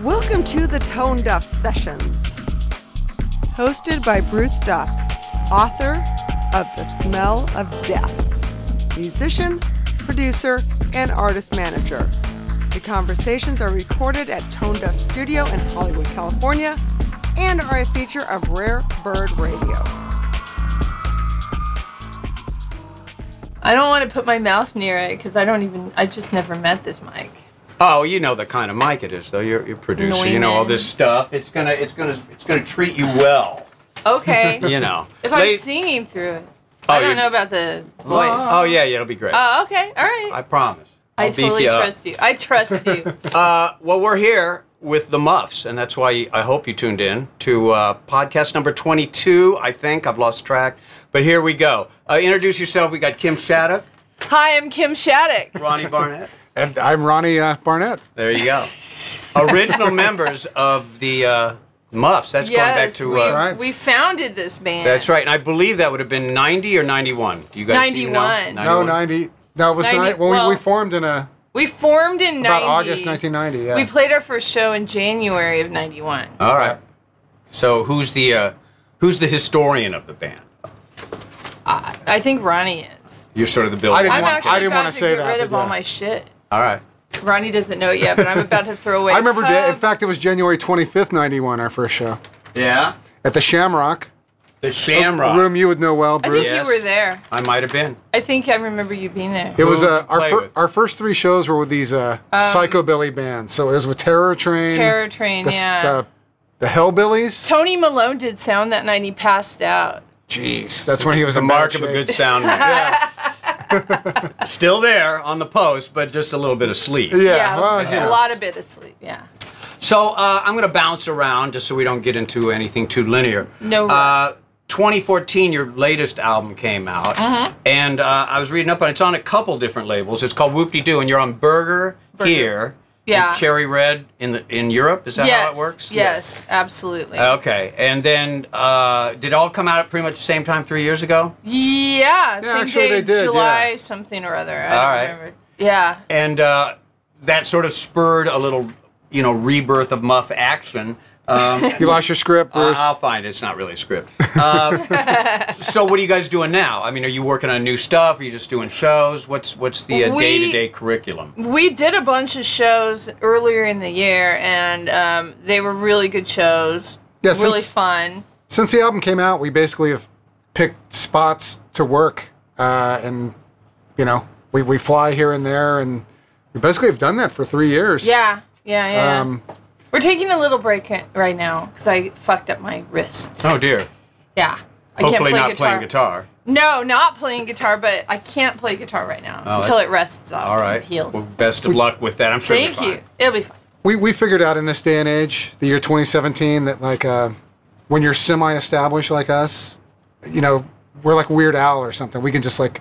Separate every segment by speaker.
Speaker 1: Welcome to the Tone Duff Sessions, hosted by Bruce Duff, author of The Smell of Death, musician, producer, and artist manager. The conversations are recorded at Tone Duff Studio in Hollywood, California, and are a feature of Rare Bird Radio.
Speaker 2: I don't want to put my mouth near it because I don't even. I just never met this mic.
Speaker 3: Oh, you know the kind of mic it is, though. You're, you're a producer. You know all this stuff. It's gonna, it's gonna, it's gonna treat you well.
Speaker 2: Okay.
Speaker 3: You know.
Speaker 2: If I'm
Speaker 3: Late-
Speaker 2: singing through it,
Speaker 3: Oh,
Speaker 2: I don't
Speaker 3: you-
Speaker 2: know about the voice. Oh,
Speaker 3: Oh yeah, yeah, it'll be great.
Speaker 2: okay, all right.
Speaker 3: I promise.
Speaker 2: I,
Speaker 3: I'll beef
Speaker 2: totally
Speaker 3: you up.
Speaker 2: trust you. I trust you.
Speaker 3: Uh, well, we're here with the Muffs, and that's why I hope you tuned in to uh, podcast number 22. I think I've lost track, but here we go. Uh, introduce yourself. We got Kim Shattuck,
Speaker 2: Hi, I'm Kim Shattuck.
Speaker 3: Ronnie Barnett.
Speaker 4: And I'm Ronnie uh, Barnett.
Speaker 3: There you go. Original members of the uh, Muffs. That's
Speaker 2: yes,
Speaker 3: going
Speaker 2: we,
Speaker 3: back to. Uh,
Speaker 4: right.
Speaker 2: we founded this band.
Speaker 3: that's right, and I believe that would have been 90 or 91. Do you guys even know?
Speaker 2: 91.
Speaker 4: No, 90. No, it was
Speaker 2: 90
Speaker 4: nine. Well,
Speaker 2: well,
Speaker 4: we, we formed in a
Speaker 2: We formed in
Speaker 4: about
Speaker 2: 90.
Speaker 4: August 1990. Yeah.
Speaker 2: We played our first show in January of 91.
Speaker 3: All right. So who's the uh, who's the historian of the band?
Speaker 2: I think Ronnie is.
Speaker 3: You're sort of the builder.
Speaker 4: I didn't
Speaker 2: I'm
Speaker 4: want-
Speaker 2: actually
Speaker 4: I didn't
Speaker 2: about
Speaker 4: wanna
Speaker 2: to
Speaker 4: say
Speaker 2: get
Speaker 4: that,
Speaker 2: rid
Speaker 4: but
Speaker 2: of all
Speaker 4: yeah.
Speaker 2: my shit.
Speaker 3: All right.
Speaker 2: Ronnie doesn't know it yet, but I'm about to throw away.
Speaker 4: I remember.
Speaker 2: a
Speaker 4: da-
Speaker 2: tub.
Speaker 4: in fact, it was January 25th, 91, our first show
Speaker 3: Yeah.
Speaker 4: at the Shamrock,
Speaker 3: The
Speaker 4: a
Speaker 3: Shamrock.
Speaker 4: room you would know well,
Speaker 2: I
Speaker 4: Bruce.
Speaker 2: think
Speaker 3: Yes.
Speaker 2: you were there.
Speaker 3: I might have been.
Speaker 2: I think I remember you being there.
Speaker 4: It was uh,
Speaker 3: to
Speaker 4: our
Speaker 3: play
Speaker 4: fir-
Speaker 3: with.
Speaker 4: our first three shows were with these uh, psychobilly bands. So it was with Terror Train,
Speaker 2: Um, Terror Train,
Speaker 4: the, s-
Speaker 2: yeah.
Speaker 4: the, the Hellbillies.
Speaker 2: Tony Malone did sound that night. He passed out.
Speaker 4: Jeez, that's when he was
Speaker 3: The
Speaker 4: in
Speaker 3: mark
Speaker 4: bad
Speaker 3: of a
Speaker 4: shape.
Speaker 3: good sound. man. Still there on the post, but just a little bit of sleep.
Speaker 4: Yeah, well,
Speaker 2: a
Speaker 4: yeah.
Speaker 2: lot of bit of sleep. Yeah.
Speaker 3: So uh, I'm going to bounce around just so we don't get into anything too linear.
Speaker 2: No
Speaker 3: Uh, 2014, your latest album came out,
Speaker 2: Mm-hmm.
Speaker 3: and uh, I was reading up on it. It's on a couple different labels. It's called Whoop De Doo, and you're on Burger, here,
Speaker 2: Yeah.
Speaker 3: and Cherry Red in the in Europe. Is that
Speaker 2: yes.
Speaker 3: how it works?
Speaker 2: Yes, absolutely.
Speaker 3: Okay, and then uh, did it all come out at pretty much the same time three years ago?
Speaker 2: yeah. Same
Speaker 4: actually,
Speaker 2: day,
Speaker 4: they did,
Speaker 2: July
Speaker 4: yeah.
Speaker 2: something or other. I
Speaker 3: All
Speaker 2: don't
Speaker 3: right.
Speaker 2: remember. Yeah.
Speaker 3: and uh, that sort of spurred a little, you know, rebirth of Muff action. Um,
Speaker 4: You lost your script, Bruce.
Speaker 3: I'll find it. It's not really a script. Um, so, what are you guys doing now? I mean, are you working on new stuff? Are you just doing shows? What's what's the uh,
Speaker 2: We-
Speaker 3: day-to-day curriculum?
Speaker 2: We did a bunch of shows earlier in the year, and um, they were really good shows.
Speaker 4: Yeah,
Speaker 2: really
Speaker 4: since-
Speaker 2: fun.
Speaker 4: since the album came out, we basically have picked spots to work, uh, and you know, we, we fly here and there, and we basically have done that for three years.
Speaker 2: Yeah. Yeah. Yeah.
Speaker 4: Um,
Speaker 2: we're taking a little break right now because I fucked up my wrist.
Speaker 3: Oh dear.
Speaker 2: Yeah. I
Speaker 3: Hopefully,
Speaker 2: can't play
Speaker 3: not playing guitar.
Speaker 2: No, not playing guitar, but I can't play guitar right now
Speaker 3: Oh,
Speaker 2: until
Speaker 3: that's-
Speaker 2: it rests up.
Speaker 3: All right.
Speaker 2: and heals.
Speaker 3: Well, best of luck with that. I'm sure.
Speaker 2: Thank
Speaker 3: you're
Speaker 2: you. It'll be fine.
Speaker 4: we we figured out in this day and age, the year 2017, that like uh, when you're semi-established like us, you know, we're like Weird Al or something. We can just like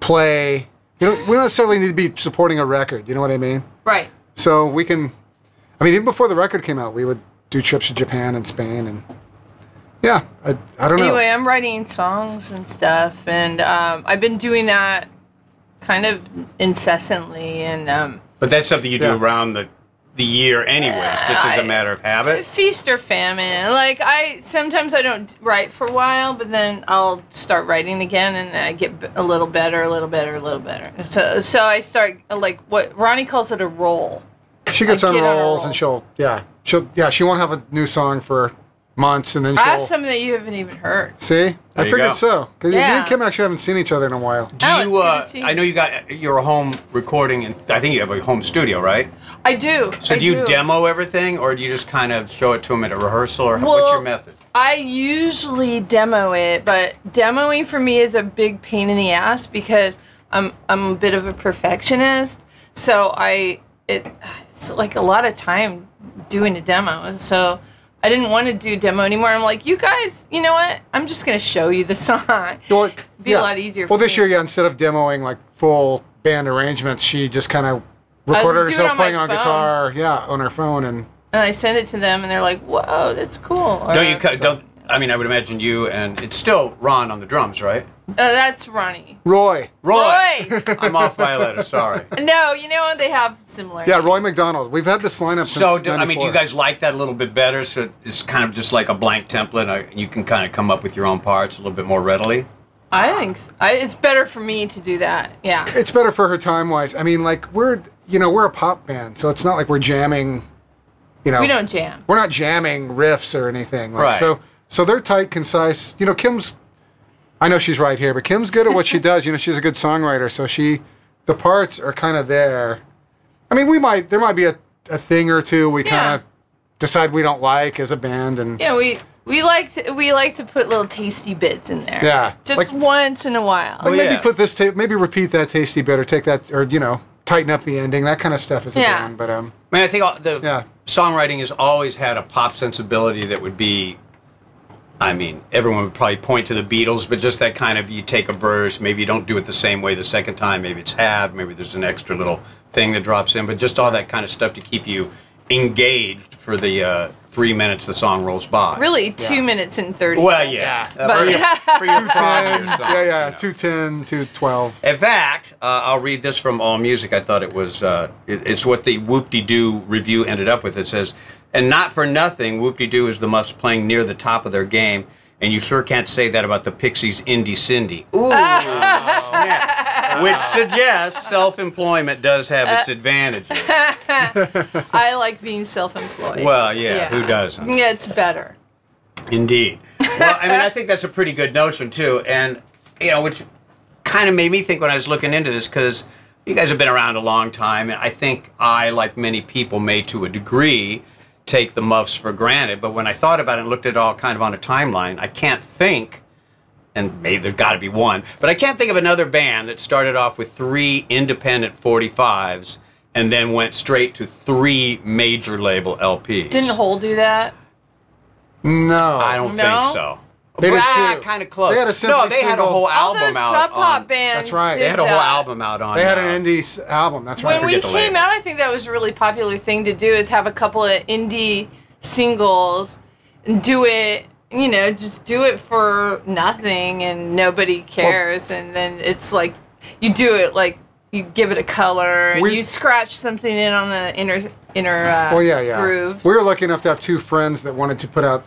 Speaker 4: play. You know, we don't necessarily need to be supporting a record. You know what I mean?
Speaker 2: Right.
Speaker 4: So we can, I mean, even before the record came out, we would do trips to Japan and Spain and, yeah, I, I don't
Speaker 2: Anyway,
Speaker 4: know.
Speaker 2: I'm writing songs and stuff, and um, I've been doing that kind of incessantly. And um,
Speaker 3: But that's something you do
Speaker 4: Yeah.
Speaker 3: around the the year, anyways, just as a matter of habit.
Speaker 2: feast or famine. Like I sometimes I don't write for a while, but then I'll start writing again, and I get b- a little better, a little better, a little better. So so I start uh, like what Ronnie calls it a roll.
Speaker 4: She gets
Speaker 2: I
Speaker 4: on
Speaker 2: get on a
Speaker 4: rolls
Speaker 2: roll.
Speaker 4: and she'll, yeah, she'll, yeah, she won't have a new song for months and then she'll
Speaker 2: I have something that you haven't even heard.
Speaker 4: see. I
Speaker 3: you
Speaker 4: figured
Speaker 3: go.
Speaker 4: so because you
Speaker 2: Yeah.
Speaker 4: and Kim actually haven't seen each other in a while.
Speaker 3: Do
Speaker 2: Oh, it's
Speaker 3: you?
Speaker 2: good to
Speaker 3: Uh,
Speaker 2: see
Speaker 3: I know you got your home recording, and I think you have a home studio, right?
Speaker 2: I do.
Speaker 3: So
Speaker 2: I
Speaker 3: do you demo everything, or do you just kind of show it to them at a rehearsal, or what's
Speaker 2: Well,
Speaker 3: your method?
Speaker 2: I usually demo it, but demoing for me is a big pain in the ass because I'm I'm a bit of a perfectionist. So I it it's like a lot of time doing a demo, and so I didn't want to do demo anymore. I'm like, you guys, you know what? I'm just gonna show you the song.
Speaker 4: Well,
Speaker 2: be a lot easier
Speaker 4: Well,
Speaker 2: for
Speaker 4: this
Speaker 2: me.
Speaker 4: year, yeah, instead of demoing like full band arrangements, she just kind of recorded
Speaker 2: doing it
Speaker 4: herself
Speaker 2: on my
Speaker 4: playing on
Speaker 2: phone.
Speaker 4: guitar, yeah, on her phone, and
Speaker 2: And I send it to them, and they're like, whoa, that's cool. Or,
Speaker 3: Don't you cut? Don't I mean? I would imagine you and it's still Ron on the drums, right?
Speaker 2: Uh, that's Ronnie.
Speaker 4: Roy.
Speaker 3: Roy.
Speaker 2: Roy.
Speaker 3: I'm off my letter. Sorry.
Speaker 2: no, you know what? They have similar.
Speaker 4: Yeah, Roy
Speaker 2: names.
Speaker 4: McDonald. We've had this lineup since
Speaker 3: So do, I mean, do
Speaker 4: 94.
Speaker 3: you guys like that a little bit better? So it's kind of just like a blank template. uh, You can kind of come up with your own parts a little bit more readily.
Speaker 2: I think so. I, it's better for me to do that. Yeah.
Speaker 4: It's better for her time wise. I mean, like we're you know we're a pop band, so it's not like we're jamming. You know,
Speaker 2: We don't jam.
Speaker 4: We're not jamming riffs or anything. Like,
Speaker 3: Right.
Speaker 4: So so they're tight, concise. You know, Kim's. I know she's right here, but Kim's good at what she does. You know, she's a good songwriter, so she the parts are kind of there. I mean, we might there might be a, a thing or two we
Speaker 2: Yeah.
Speaker 4: kind of decide we don't like as a band, and
Speaker 2: Yeah, we we like to, we like to put little tasty bits in there.
Speaker 4: Yeah,
Speaker 2: Just
Speaker 4: like-
Speaker 2: once in a while.
Speaker 3: Like-
Speaker 4: maybe
Speaker 3: Oh, yeah.
Speaker 4: put this tape, maybe repeat that tasty bit, or take that, or you know, tighten up the ending, that kind of stuff as a
Speaker 2: Yeah.
Speaker 4: band. But um,
Speaker 3: I mean, I think all- the
Speaker 4: Yeah.
Speaker 3: songwriting has always had a pop sensibility that would be. I mean, everyone would probably point to the Beatles, but just that kind of you take a verse, maybe you don't do it the same way the second time, maybe it's half, maybe there's an extra little thing that drops in, but just all that kind of stuff to keep you engaged for the uh, three minutes the song rolls by.
Speaker 2: really, two minutes and thirty.
Speaker 3: Well,
Speaker 2: seconds.
Speaker 3: yeah.
Speaker 2: But-
Speaker 3: for your, for your prime year songs,
Speaker 4: yeah, yeah,
Speaker 3: you know.
Speaker 4: two ten, two twelve.
Speaker 3: In fact, uh, I'll read this from All Music. I thought it was uh, it, it's what the Whoop De Doo review ended up with. It says, "And not for nothing, Whoop De Doo is the must playing near the top of their game." And you sure can't say that about the Pixies' Indie Cindy. Ooh, snap. Which suggests self employment does have its advantages.
Speaker 2: I like being self-employed.
Speaker 3: Well, yeah, who doesn't?
Speaker 2: Yeah, it's better.
Speaker 3: Indeed. Well, I mean, I think that's a pretty good notion too, and you know, which kind of made me think when I was looking into this because you guys have been around a long time, and I think I, like many people, may to a degree take the muffs for granted. But when I thought about it and looked at it all kind of on a timeline, I can't think. And maybe there's got to be one, but I can't think of another band that started off with three independent 45s and then went straight to three major label LPs.
Speaker 2: Didn't Hole do that?
Speaker 4: No,
Speaker 3: I don't
Speaker 2: No?
Speaker 3: think so.
Speaker 4: They did too.
Speaker 3: kind of close.
Speaker 4: They had a
Speaker 3: no,
Speaker 4: symphony
Speaker 3: they had a
Speaker 4: single.
Speaker 3: whole
Speaker 2: All
Speaker 3: album
Speaker 2: those
Speaker 3: out.
Speaker 2: sub pop
Speaker 3: on-
Speaker 2: bands.
Speaker 4: That's right.
Speaker 2: Did
Speaker 3: They had a whole
Speaker 2: that.
Speaker 3: album out on.
Speaker 4: they had
Speaker 3: uh,
Speaker 4: an indie s- album. That's right.
Speaker 2: When we
Speaker 3: forget the
Speaker 2: came
Speaker 3: label.
Speaker 2: out, I think that was a really popular thing to do is have a couple of indie singles and do it, you know, just do it for nothing and nobody cares. and then it's like you do it like you give it a color and
Speaker 4: We-
Speaker 2: you scratch something in on the inner inner uh,
Speaker 4: Well, Oh, yeah, yeah.
Speaker 2: groove.
Speaker 4: We were lucky enough to have two friends that wanted to put out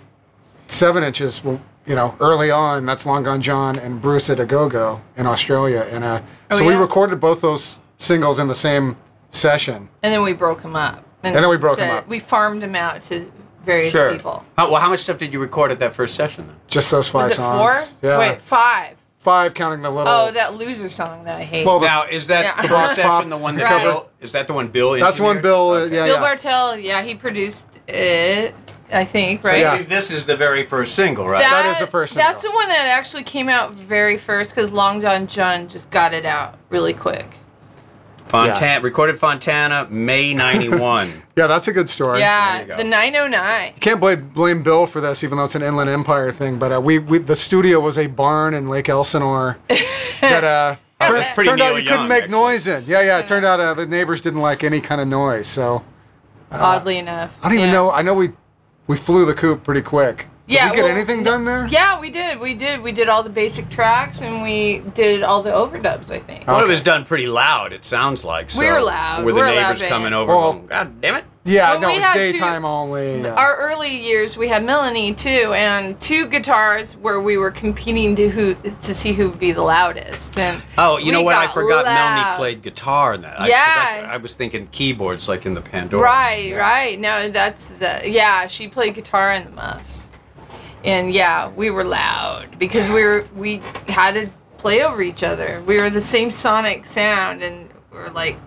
Speaker 4: seven inches. Well, you know, early on, that's Long Gone John and Bruce at a Go Go in Australia, and uh, so we
Speaker 2: Oh, yeah?
Speaker 4: recorded both those singles in the same session.
Speaker 2: and then we broke them up.
Speaker 4: And then we broke 'em up.
Speaker 2: We farmed them out to various
Speaker 3: sure.
Speaker 2: people.
Speaker 3: How, well, how much stuff did you record at that first session then?
Speaker 4: Just those five
Speaker 2: Was it
Speaker 4: songs.
Speaker 2: four?
Speaker 4: Yeah,
Speaker 2: Wait, five.
Speaker 4: five counting the little.
Speaker 2: Oh, that loser song that I hate.
Speaker 4: Well, the-
Speaker 3: Now is that
Speaker 2: Yeah.
Speaker 3: the
Speaker 2: Rock
Speaker 3: first
Speaker 4: pop,
Speaker 3: session the one that
Speaker 2: Right.
Speaker 3: Bill? Is that the one Bill?
Speaker 4: that's one
Speaker 3: engineered?
Speaker 4: Bill. uh,
Speaker 3: Okay.
Speaker 4: Yeah,
Speaker 2: Bill
Speaker 4: yeah.
Speaker 2: Bartel, yeah, he produced it, I think, right?
Speaker 4: yeah.
Speaker 3: Maybe This is the very first single, right?
Speaker 4: That is the first
Speaker 2: That's the
Speaker 4: single.
Speaker 2: one that actually came out very first because Long John John just got it out really quick.
Speaker 3: Fontana recorded Fontana May '91.
Speaker 4: yeah, that's a good story.
Speaker 2: Yeah,
Speaker 3: you go.
Speaker 2: the 909.
Speaker 4: Can't blame, blame Bill for this, even though it's an Inland Empire thing. But uh, we, we the studio was a barn in Lake Elsinore that uh,
Speaker 3: Oh,
Speaker 4: turned,
Speaker 3: that's pretty
Speaker 4: turned out
Speaker 3: Neil
Speaker 4: you
Speaker 3: Young,
Speaker 4: couldn't make
Speaker 3: actually.
Speaker 4: noise in. Yeah, yeah. It turned out uh, the neighbors didn't like any kind of noise. So
Speaker 2: oddly enough,
Speaker 4: Uh, I don't even
Speaker 2: yeah.
Speaker 4: know. I know we we flew the coop pretty quick. Did
Speaker 2: Yeah,
Speaker 4: we get
Speaker 2: well,
Speaker 4: anything done there?
Speaker 2: Yeah, we did. We did. We did all the basic tracks and we did all the overdubs. I think.
Speaker 3: Well, it
Speaker 4: Okay.
Speaker 3: was done pretty loud. It sounds like. So,
Speaker 2: We were loud.
Speaker 3: Were the
Speaker 2: We're a loud
Speaker 3: neighbors
Speaker 2: band.
Speaker 3: coming over?
Speaker 4: Well-
Speaker 3: going, God damn it!
Speaker 4: Yeah,
Speaker 2: Well,
Speaker 4: no,
Speaker 2: we
Speaker 4: it was
Speaker 2: had two-
Speaker 4: daytime only. yeah.
Speaker 2: Our early years, we had Melanie too, and two guitars where we were competing to who to see who would be the loudest. And
Speaker 3: Oh, you know
Speaker 2: we
Speaker 3: what? I
Speaker 2: got
Speaker 3: forgot Melanie
Speaker 2: loud.
Speaker 3: played guitar in that. I- 'cause
Speaker 2: Yeah.
Speaker 3: I, I was thinking keyboards like in the Pandora.
Speaker 2: Right, right. No, that's the yeah. She played guitar in the Muffs, and yeah, we were loud because we were we had to play over each other. We were the same sonic sound, and we're like,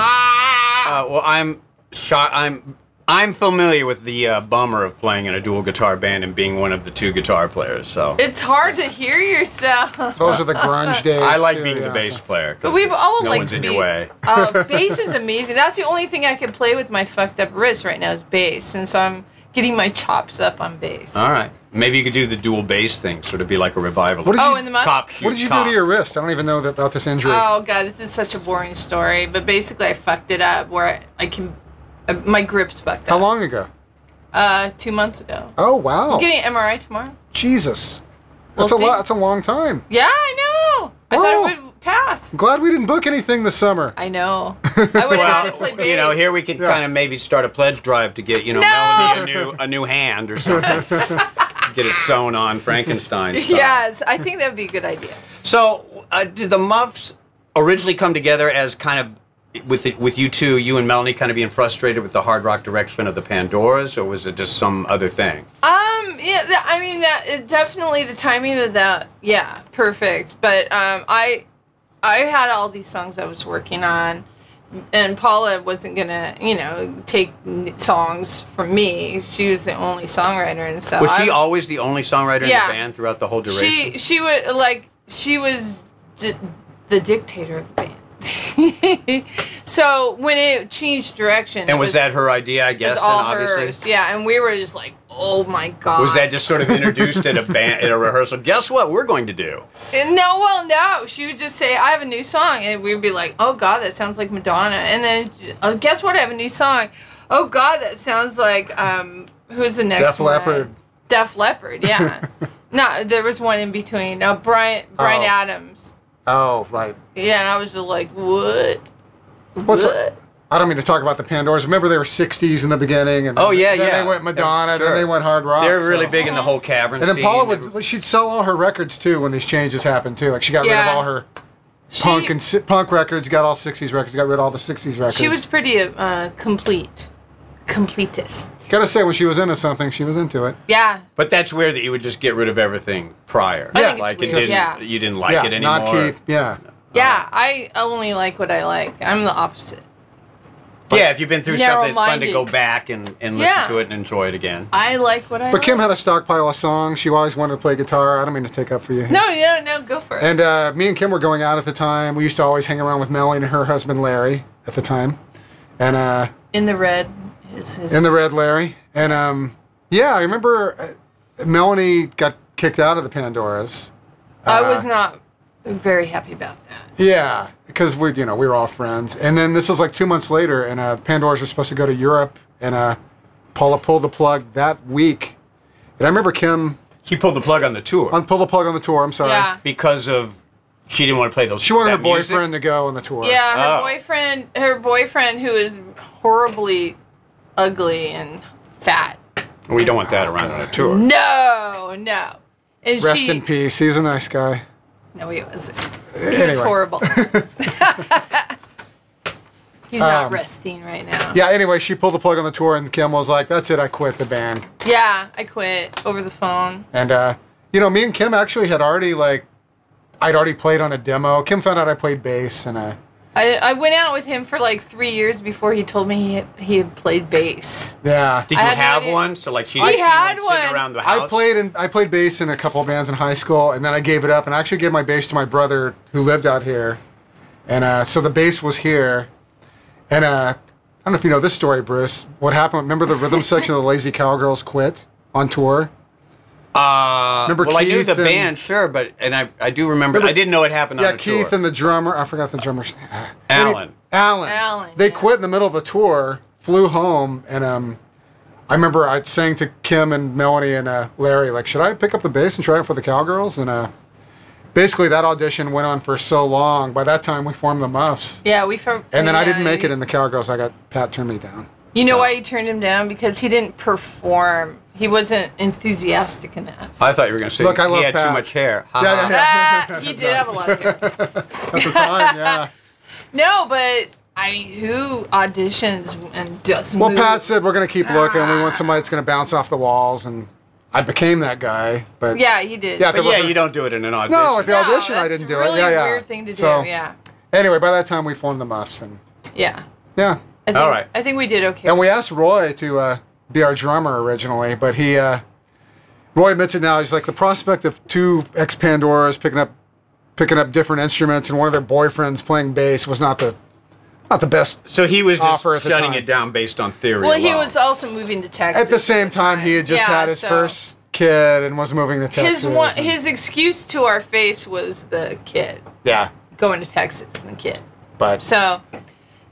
Speaker 2: ah.
Speaker 3: Uh, well, I'm shocked. I'm I'm familiar with the uh, bummer of playing in a dual guitar band and being one of the two guitar players. So
Speaker 2: it's hard to hear yourself.
Speaker 4: Those were the grunge days.
Speaker 3: I like
Speaker 4: too,
Speaker 3: being
Speaker 4: yeah,
Speaker 3: the bass
Speaker 4: so-
Speaker 3: player. 'cause
Speaker 2: But we've all
Speaker 3: no
Speaker 2: like
Speaker 3: one's
Speaker 2: to
Speaker 3: in
Speaker 2: be,
Speaker 3: your way.
Speaker 2: uh, bass is amazing. That's the only thing I can play with my fucked up wrist right now is bass, and so I'm getting my chops up on bass.
Speaker 3: All right, maybe you could do the dual bass thing, sort of be like a revival.
Speaker 4: What did
Speaker 2: Oh,
Speaker 4: you-
Speaker 2: in the Muffs.
Speaker 3: cop shoot
Speaker 4: What did you
Speaker 3: cop.
Speaker 4: do to your wrist? I don't even know that, about this injury.
Speaker 2: Oh god, this is such a boring story. But basically, I fucked it up where I, I can, uh, my grip's fucked
Speaker 4: How
Speaker 2: up.
Speaker 4: long ago?
Speaker 2: Uh, two months ago.
Speaker 4: Oh wow,
Speaker 2: I'm getting an MRI tomorrow.
Speaker 4: Jesus,
Speaker 2: We'll
Speaker 4: that's a
Speaker 2: see.
Speaker 4: lot. That's a long time.
Speaker 2: Yeah, I know. I thought
Speaker 4: Oh.
Speaker 2: it would pass.
Speaker 4: Glad we didn't book anything this summer.
Speaker 2: I know. I would have had to play
Speaker 3: Well,
Speaker 2: bass.
Speaker 3: you know, here we could
Speaker 4: Yeah.
Speaker 3: kind of maybe start a pledge drive to get you know
Speaker 2: No!
Speaker 3: Melody a new a new hand or something. get it sewn on Frankenstein style.
Speaker 2: Yes, I think that'd be a good idea.
Speaker 3: So, uh, did the Muffs originally come together as kind of with the, with you two, you and Melanie, kind of being frustrated with the hard rock direction of the Pandoras, or was it just some other thing?
Speaker 2: Um, yeah, th- I mean that it definitely the timing of that, yeah, perfect. But um, I, I had all these songs I was working on, and Paula wasn't gonna, you know, take n- songs from me. She was the only songwriter, and so
Speaker 3: Was she
Speaker 2: I-
Speaker 3: always the only songwriter
Speaker 2: Yeah.
Speaker 3: in the band throughout the whole duration?
Speaker 2: She she would like she was di- the dictator of the band. so when it changed direction,
Speaker 3: and was, that her idea? I guess.
Speaker 2: It's all
Speaker 3: then, obviously.
Speaker 2: hers, yeah. And we were just like, oh my god.
Speaker 3: Was that just sort of introduced at a band at a rehearsal? Guess what we're going to do?
Speaker 2: And No, well, no. She would just say, "I have a new song," and we'd be like, "Oh God, that sounds like Madonna." And then, oh, guess what? I have a new song. Oh God, that sounds like um, who's the next?
Speaker 4: Def
Speaker 2: one?
Speaker 4: Leppard.
Speaker 2: Def Leppard. Yeah. no, there was one in between. No, Brian Brian
Speaker 4: Oh.
Speaker 2: Adams.
Speaker 4: Oh, right.
Speaker 2: Yeah, and I was just like, "What?
Speaker 4: What's
Speaker 2: what?"
Speaker 4: I don't mean to talk about the Pandoras. Remember they were 60s in the beginning, and then-
Speaker 3: Oh, yeah,
Speaker 4: then
Speaker 3: yeah.
Speaker 4: they went Madonna,
Speaker 3: Sure.
Speaker 4: then they went hard rock.
Speaker 3: They're really
Speaker 4: so-
Speaker 3: big in the whole cavern.
Speaker 4: And then
Speaker 3: scene.
Speaker 4: Paula would she'd sell all her records too when these changes happened too. Like she got rid
Speaker 2: Yeah.
Speaker 4: of all her
Speaker 2: She-
Speaker 4: punk and si- punk records, got all 60s records, got rid of all the 60s records.
Speaker 2: She was pretty uh, complete, completist.
Speaker 4: Gotta say, when she was into something, she was into it.
Speaker 2: Yeah,
Speaker 3: But that's weird that you would just get rid of everything prior.
Speaker 2: I
Speaker 4: think it's
Speaker 3: like
Speaker 2: weird.
Speaker 3: it didn't.
Speaker 2: Yeah.
Speaker 3: You didn't like
Speaker 4: yeah,
Speaker 3: it anymore.
Speaker 4: not keep. Yeah,
Speaker 2: yeah. I only like what I like. I'm the opposite.
Speaker 3: yeah, if you've been through something, it's fun to
Speaker 2: Narrow-minded.
Speaker 3: go back and, and listen
Speaker 2: Yeah.
Speaker 3: to it and enjoy it again.
Speaker 2: I like what I.
Speaker 4: but Kim
Speaker 2: like.
Speaker 4: had a stockpile of songs. She always wanted to play guitar. I don't mean to take up for you. here.
Speaker 2: No, no, no. Go for it.
Speaker 4: And uh, me and Kim were going out at the time. We used to always hang around with Melanie and her husband Larry at the time, and uh,
Speaker 2: In the red is his.
Speaker 4: in the red Larry. And um, yeah, I remember uh, Melanie got kicked out of the Pandoras.
Speaker 2: I
Speaker 4: Ah.
Speaker 2: was not very happy about that.
Speaker 4: Yeah, because we, you know, we were all friends. And then this was like two months later, and uh, Pandoras were supposed to go to Europe, and uh, Paula pulled the plug that week. And I remember Kim
Speaker 3: She pulled the plug on the tour
Speaker 4: on pulled the plug on the tour. I'm sorry.
Speaker 2: Yeah.
Speaker 3: because of she didn't want to play those.
Speaker 4: She wanted
Speaker 3: that
Speaker 4: her
Speaker 3: music.
Speaker 4: boyfriend to go on the tour.
Speaker 2: Yeah, her
Speaker 3: Oh.
Speaker 2: boyfriend, her boyfriend, who is horribly ugly and fat.
Speaker 3: We don't want that around on a tour.
Speaker 2: No, no. And
Speaker 4: Rest
Speaker 2: she,
Speaker 4: in peace. He was a nice guy.
Speaker 2: No, he wasn't. He was
Speaker 4: Anyway.
Speaker 2: horrible. He's not
Speaker 4: Um,
Speaker 2: resting right now.
Speaker 4: Yeah, anyway, she pulled the plug on the tour, and Kim was like, that's it, I quit the band.
Speaker 2: Yeah, I quit over the phone.
Speaker 4: And, uh, you know, me and Kim actually had already, like, I'd already played on a demo. Kim found out I played bass, and uh,
Speaker 2: I, I went out with him for like three years before he told me he, he had played bass.
Speaker 4: yeah.
Speaker 3: Did
Speaker 2: I
Speaker 3: you
Speaker 2: had no
Speaker 3: have
Speaker 2: idea.
Speaker 3: one? So like she
Speaker 2: I
Speaker 3: didn't see
Speaker 2: had
Speaker 3: one sitting
Speaker 2: one.
Speaker 3: around the house.
Speaker 4: I played in I played bass in a couple of bands in high school, and then I gave it up, and I actually gave my bass to my brother who lived out here, and uh, so the bass was here, and uh, I don't know if you know this story, Bruce. What happened? Remember the rhythm section of the Lazy Cowgirls quit on tour.
Speaker 3: Uh,
Speaker 4: Remember
Speaker 3: well, I knew
Speaker 4: Keith
Speaker 3: the
Speaker 4: and-
Speaker 3: band, sure, but and I, I do remember. I didn't know it happened
Speaker 4: Yeah,
Speaker 3: on a
Speaker 4: Keith
Speaker 3: tour.
Speaker 4: and the drummer. I forgot the drummer's name.
Speaker 3: Alan.
Speaker 4: Alan.
Speaker 2: Alan,
Speaker 4: They
Speaker 2: yeah.
Speaker 4: quit in the middle of a tour, flew home, and um, I remember I sang to Kim and Melanie and uh, Larry, like, should I pick up the bass and try it for the Cowgirls? And uh, basically, that audition went on for so long. By that time, we formed the Muffs.
Speaker 2: Yeah, we from.
Speaker 4: And then I didn't make it in the Cowgirls. I got Pat turned me down.
Speaker 2: You know why you turned him down? Because he didn't perform. He wasn't enthusiastic enough.
Speaker 3: I thought you were going to say
Speaker 4: Look, I love
Speaker 3: he had
Speaker 4: Pat.
Speaker 3: too much hair. Ha
Speaker 4: Yeah,
Speaker 3: ha.
Speaker 4: yeah, yeah.
Speaker 2: Ah, he did have a lot of hair.
Speaker 4: At the time, yeah.
Speaker 2: No, but I mean, who auditions and does?
Speaker 4: Well,
Speaker 2: moves?
Speaker 4: Pat said we're going to
Speaker 2: Ah.
Speaker 4: keep looking. We want somebody that's going to bounce off the walls, and I became that guy. But
Speaker 2: Yeah, he did.
Speaker 4: Yeah,
Speaker 3: But
Speaker 4: There
Speaker 3: yeah,
Speaker 4: was a-
Speaker 3: you don't do it in an audition.
Speaker 4: No, at the
Speaker 2: No,
Speaker 4: audition I
Speaker 2: that's
Speaker 4: didn't do
Speaker 2: really
Speaker 4: it. Yeah,
Speaker 2: a
Speaker 4: yeah.
Speaker 2: Weird thing to do.
Speaker 4: So,
Speaker 2: yeah,
Speaker 4: Anyway, by that time we formed the Muffs, and
Speaker 2: yeah.
Speaker 4: yeah,
Speaker 2: I think,
Speaker 3: All right.
Speaker 2: I think we did okay.
Speaker 4: and we asked Roy to uh, be our drummer originally, but he uh, Roy admits it now. He's like the prospect of two ex Pandoras picking up picking up different instruments and one of their boyfriends playing bass was not the not the best.
Speaker 3: So he was just
Speaker 4: Offer at the
Speaker 3: shutting
Speaker 4: time.
Speaker 3: it down based on theory.
Speaker 2: well, he
Speaker 3: alone.
Speaker 2: was uh, also moving to Texas
Speaker 4: At the same time, he had just
Speaker 2: Yeah,
Speaker 4: had his
Speaker 2: so-
Speaker 4: first kid and was moving to Texas.
Speaker 2: His one,
Speaker 4: and-
Speaker 2: his excuse to our face was the kid
Speaker 4: yeah,
Speaker 2: going to Texas and the kid.
Speaker 4: but
Speaker 2: So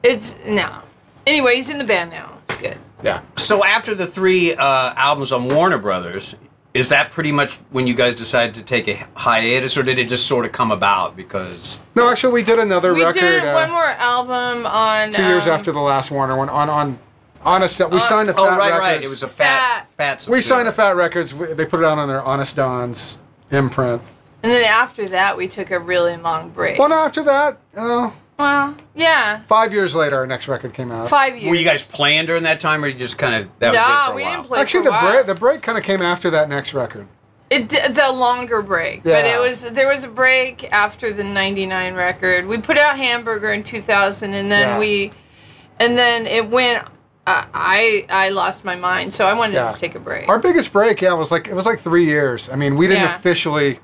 Speaker 2: it's no. Anyway, he's in the band now. It's good.
Speaker 4: yeah,
Speaker 3: So after the three uh, albums on Warner Brothers, Is that pretty much when you guys decided to take a hiatus, or did it just sort of come about because?
Speaker 4: No, actually, we did another
Speaker 2: We
Speaker 4: record.
Speaker 2: did
Speaker 4: uh,
Speaker 2: one more album on
Speaker 4: two years
Speaker 2: um,
Speaker 4: after the last Warner one on on Honest.
Speaker 2: Uh,
Speaker 4: We signed a Fat
Speaker 3: Oh, right,
Speaker 4: Records.
Speaker 3: right. It was a fat,
Speaker 2: Fat.
Speaker 3: fat.
Speaker 4: we signed a
Speaker 3: subsidiary.
Speaker 4: Fat Records. We, they put it out on their Honest Don's imprint.
Speaker 2: And then after that, we took a really long break.
Speaker 4: Well, no, after that, uh,
Speaker 2: Well, yeah,
Speaker 4: five years later, our next record came out.
Speaker 2: five years.
Speaker 3: Were you guys playing during that time, or you just kind of that was it
Speaker 2: No,
Speaker 3: for a
Speaker 2: we
Speaker 3: while?
Speaker 2: didn't play.
Speaker 4: Actually,
Speaker 2: for
Speaker 4: the
Speaker 2: a while.
Speaker 4: break the break kind of came after that next record.
Speaker 2: It d- the longer break, but
Speaker 4: Yeah.
Speaker 2: it was there was a break after the '99 record. We put out Hamburger in 2000, and then
Speaker 4: Yeah.
Speaker 2: we, and then it went. Uh, I I lost my mind, so I wanted
Speaker 4: Yeah,
Speaker 2: to take a break.
Speaker 4: Our biggest break, yeah, was like it was like three years. I mean, we didn't
Speaker 2: Yeah.
Speaker 4: officially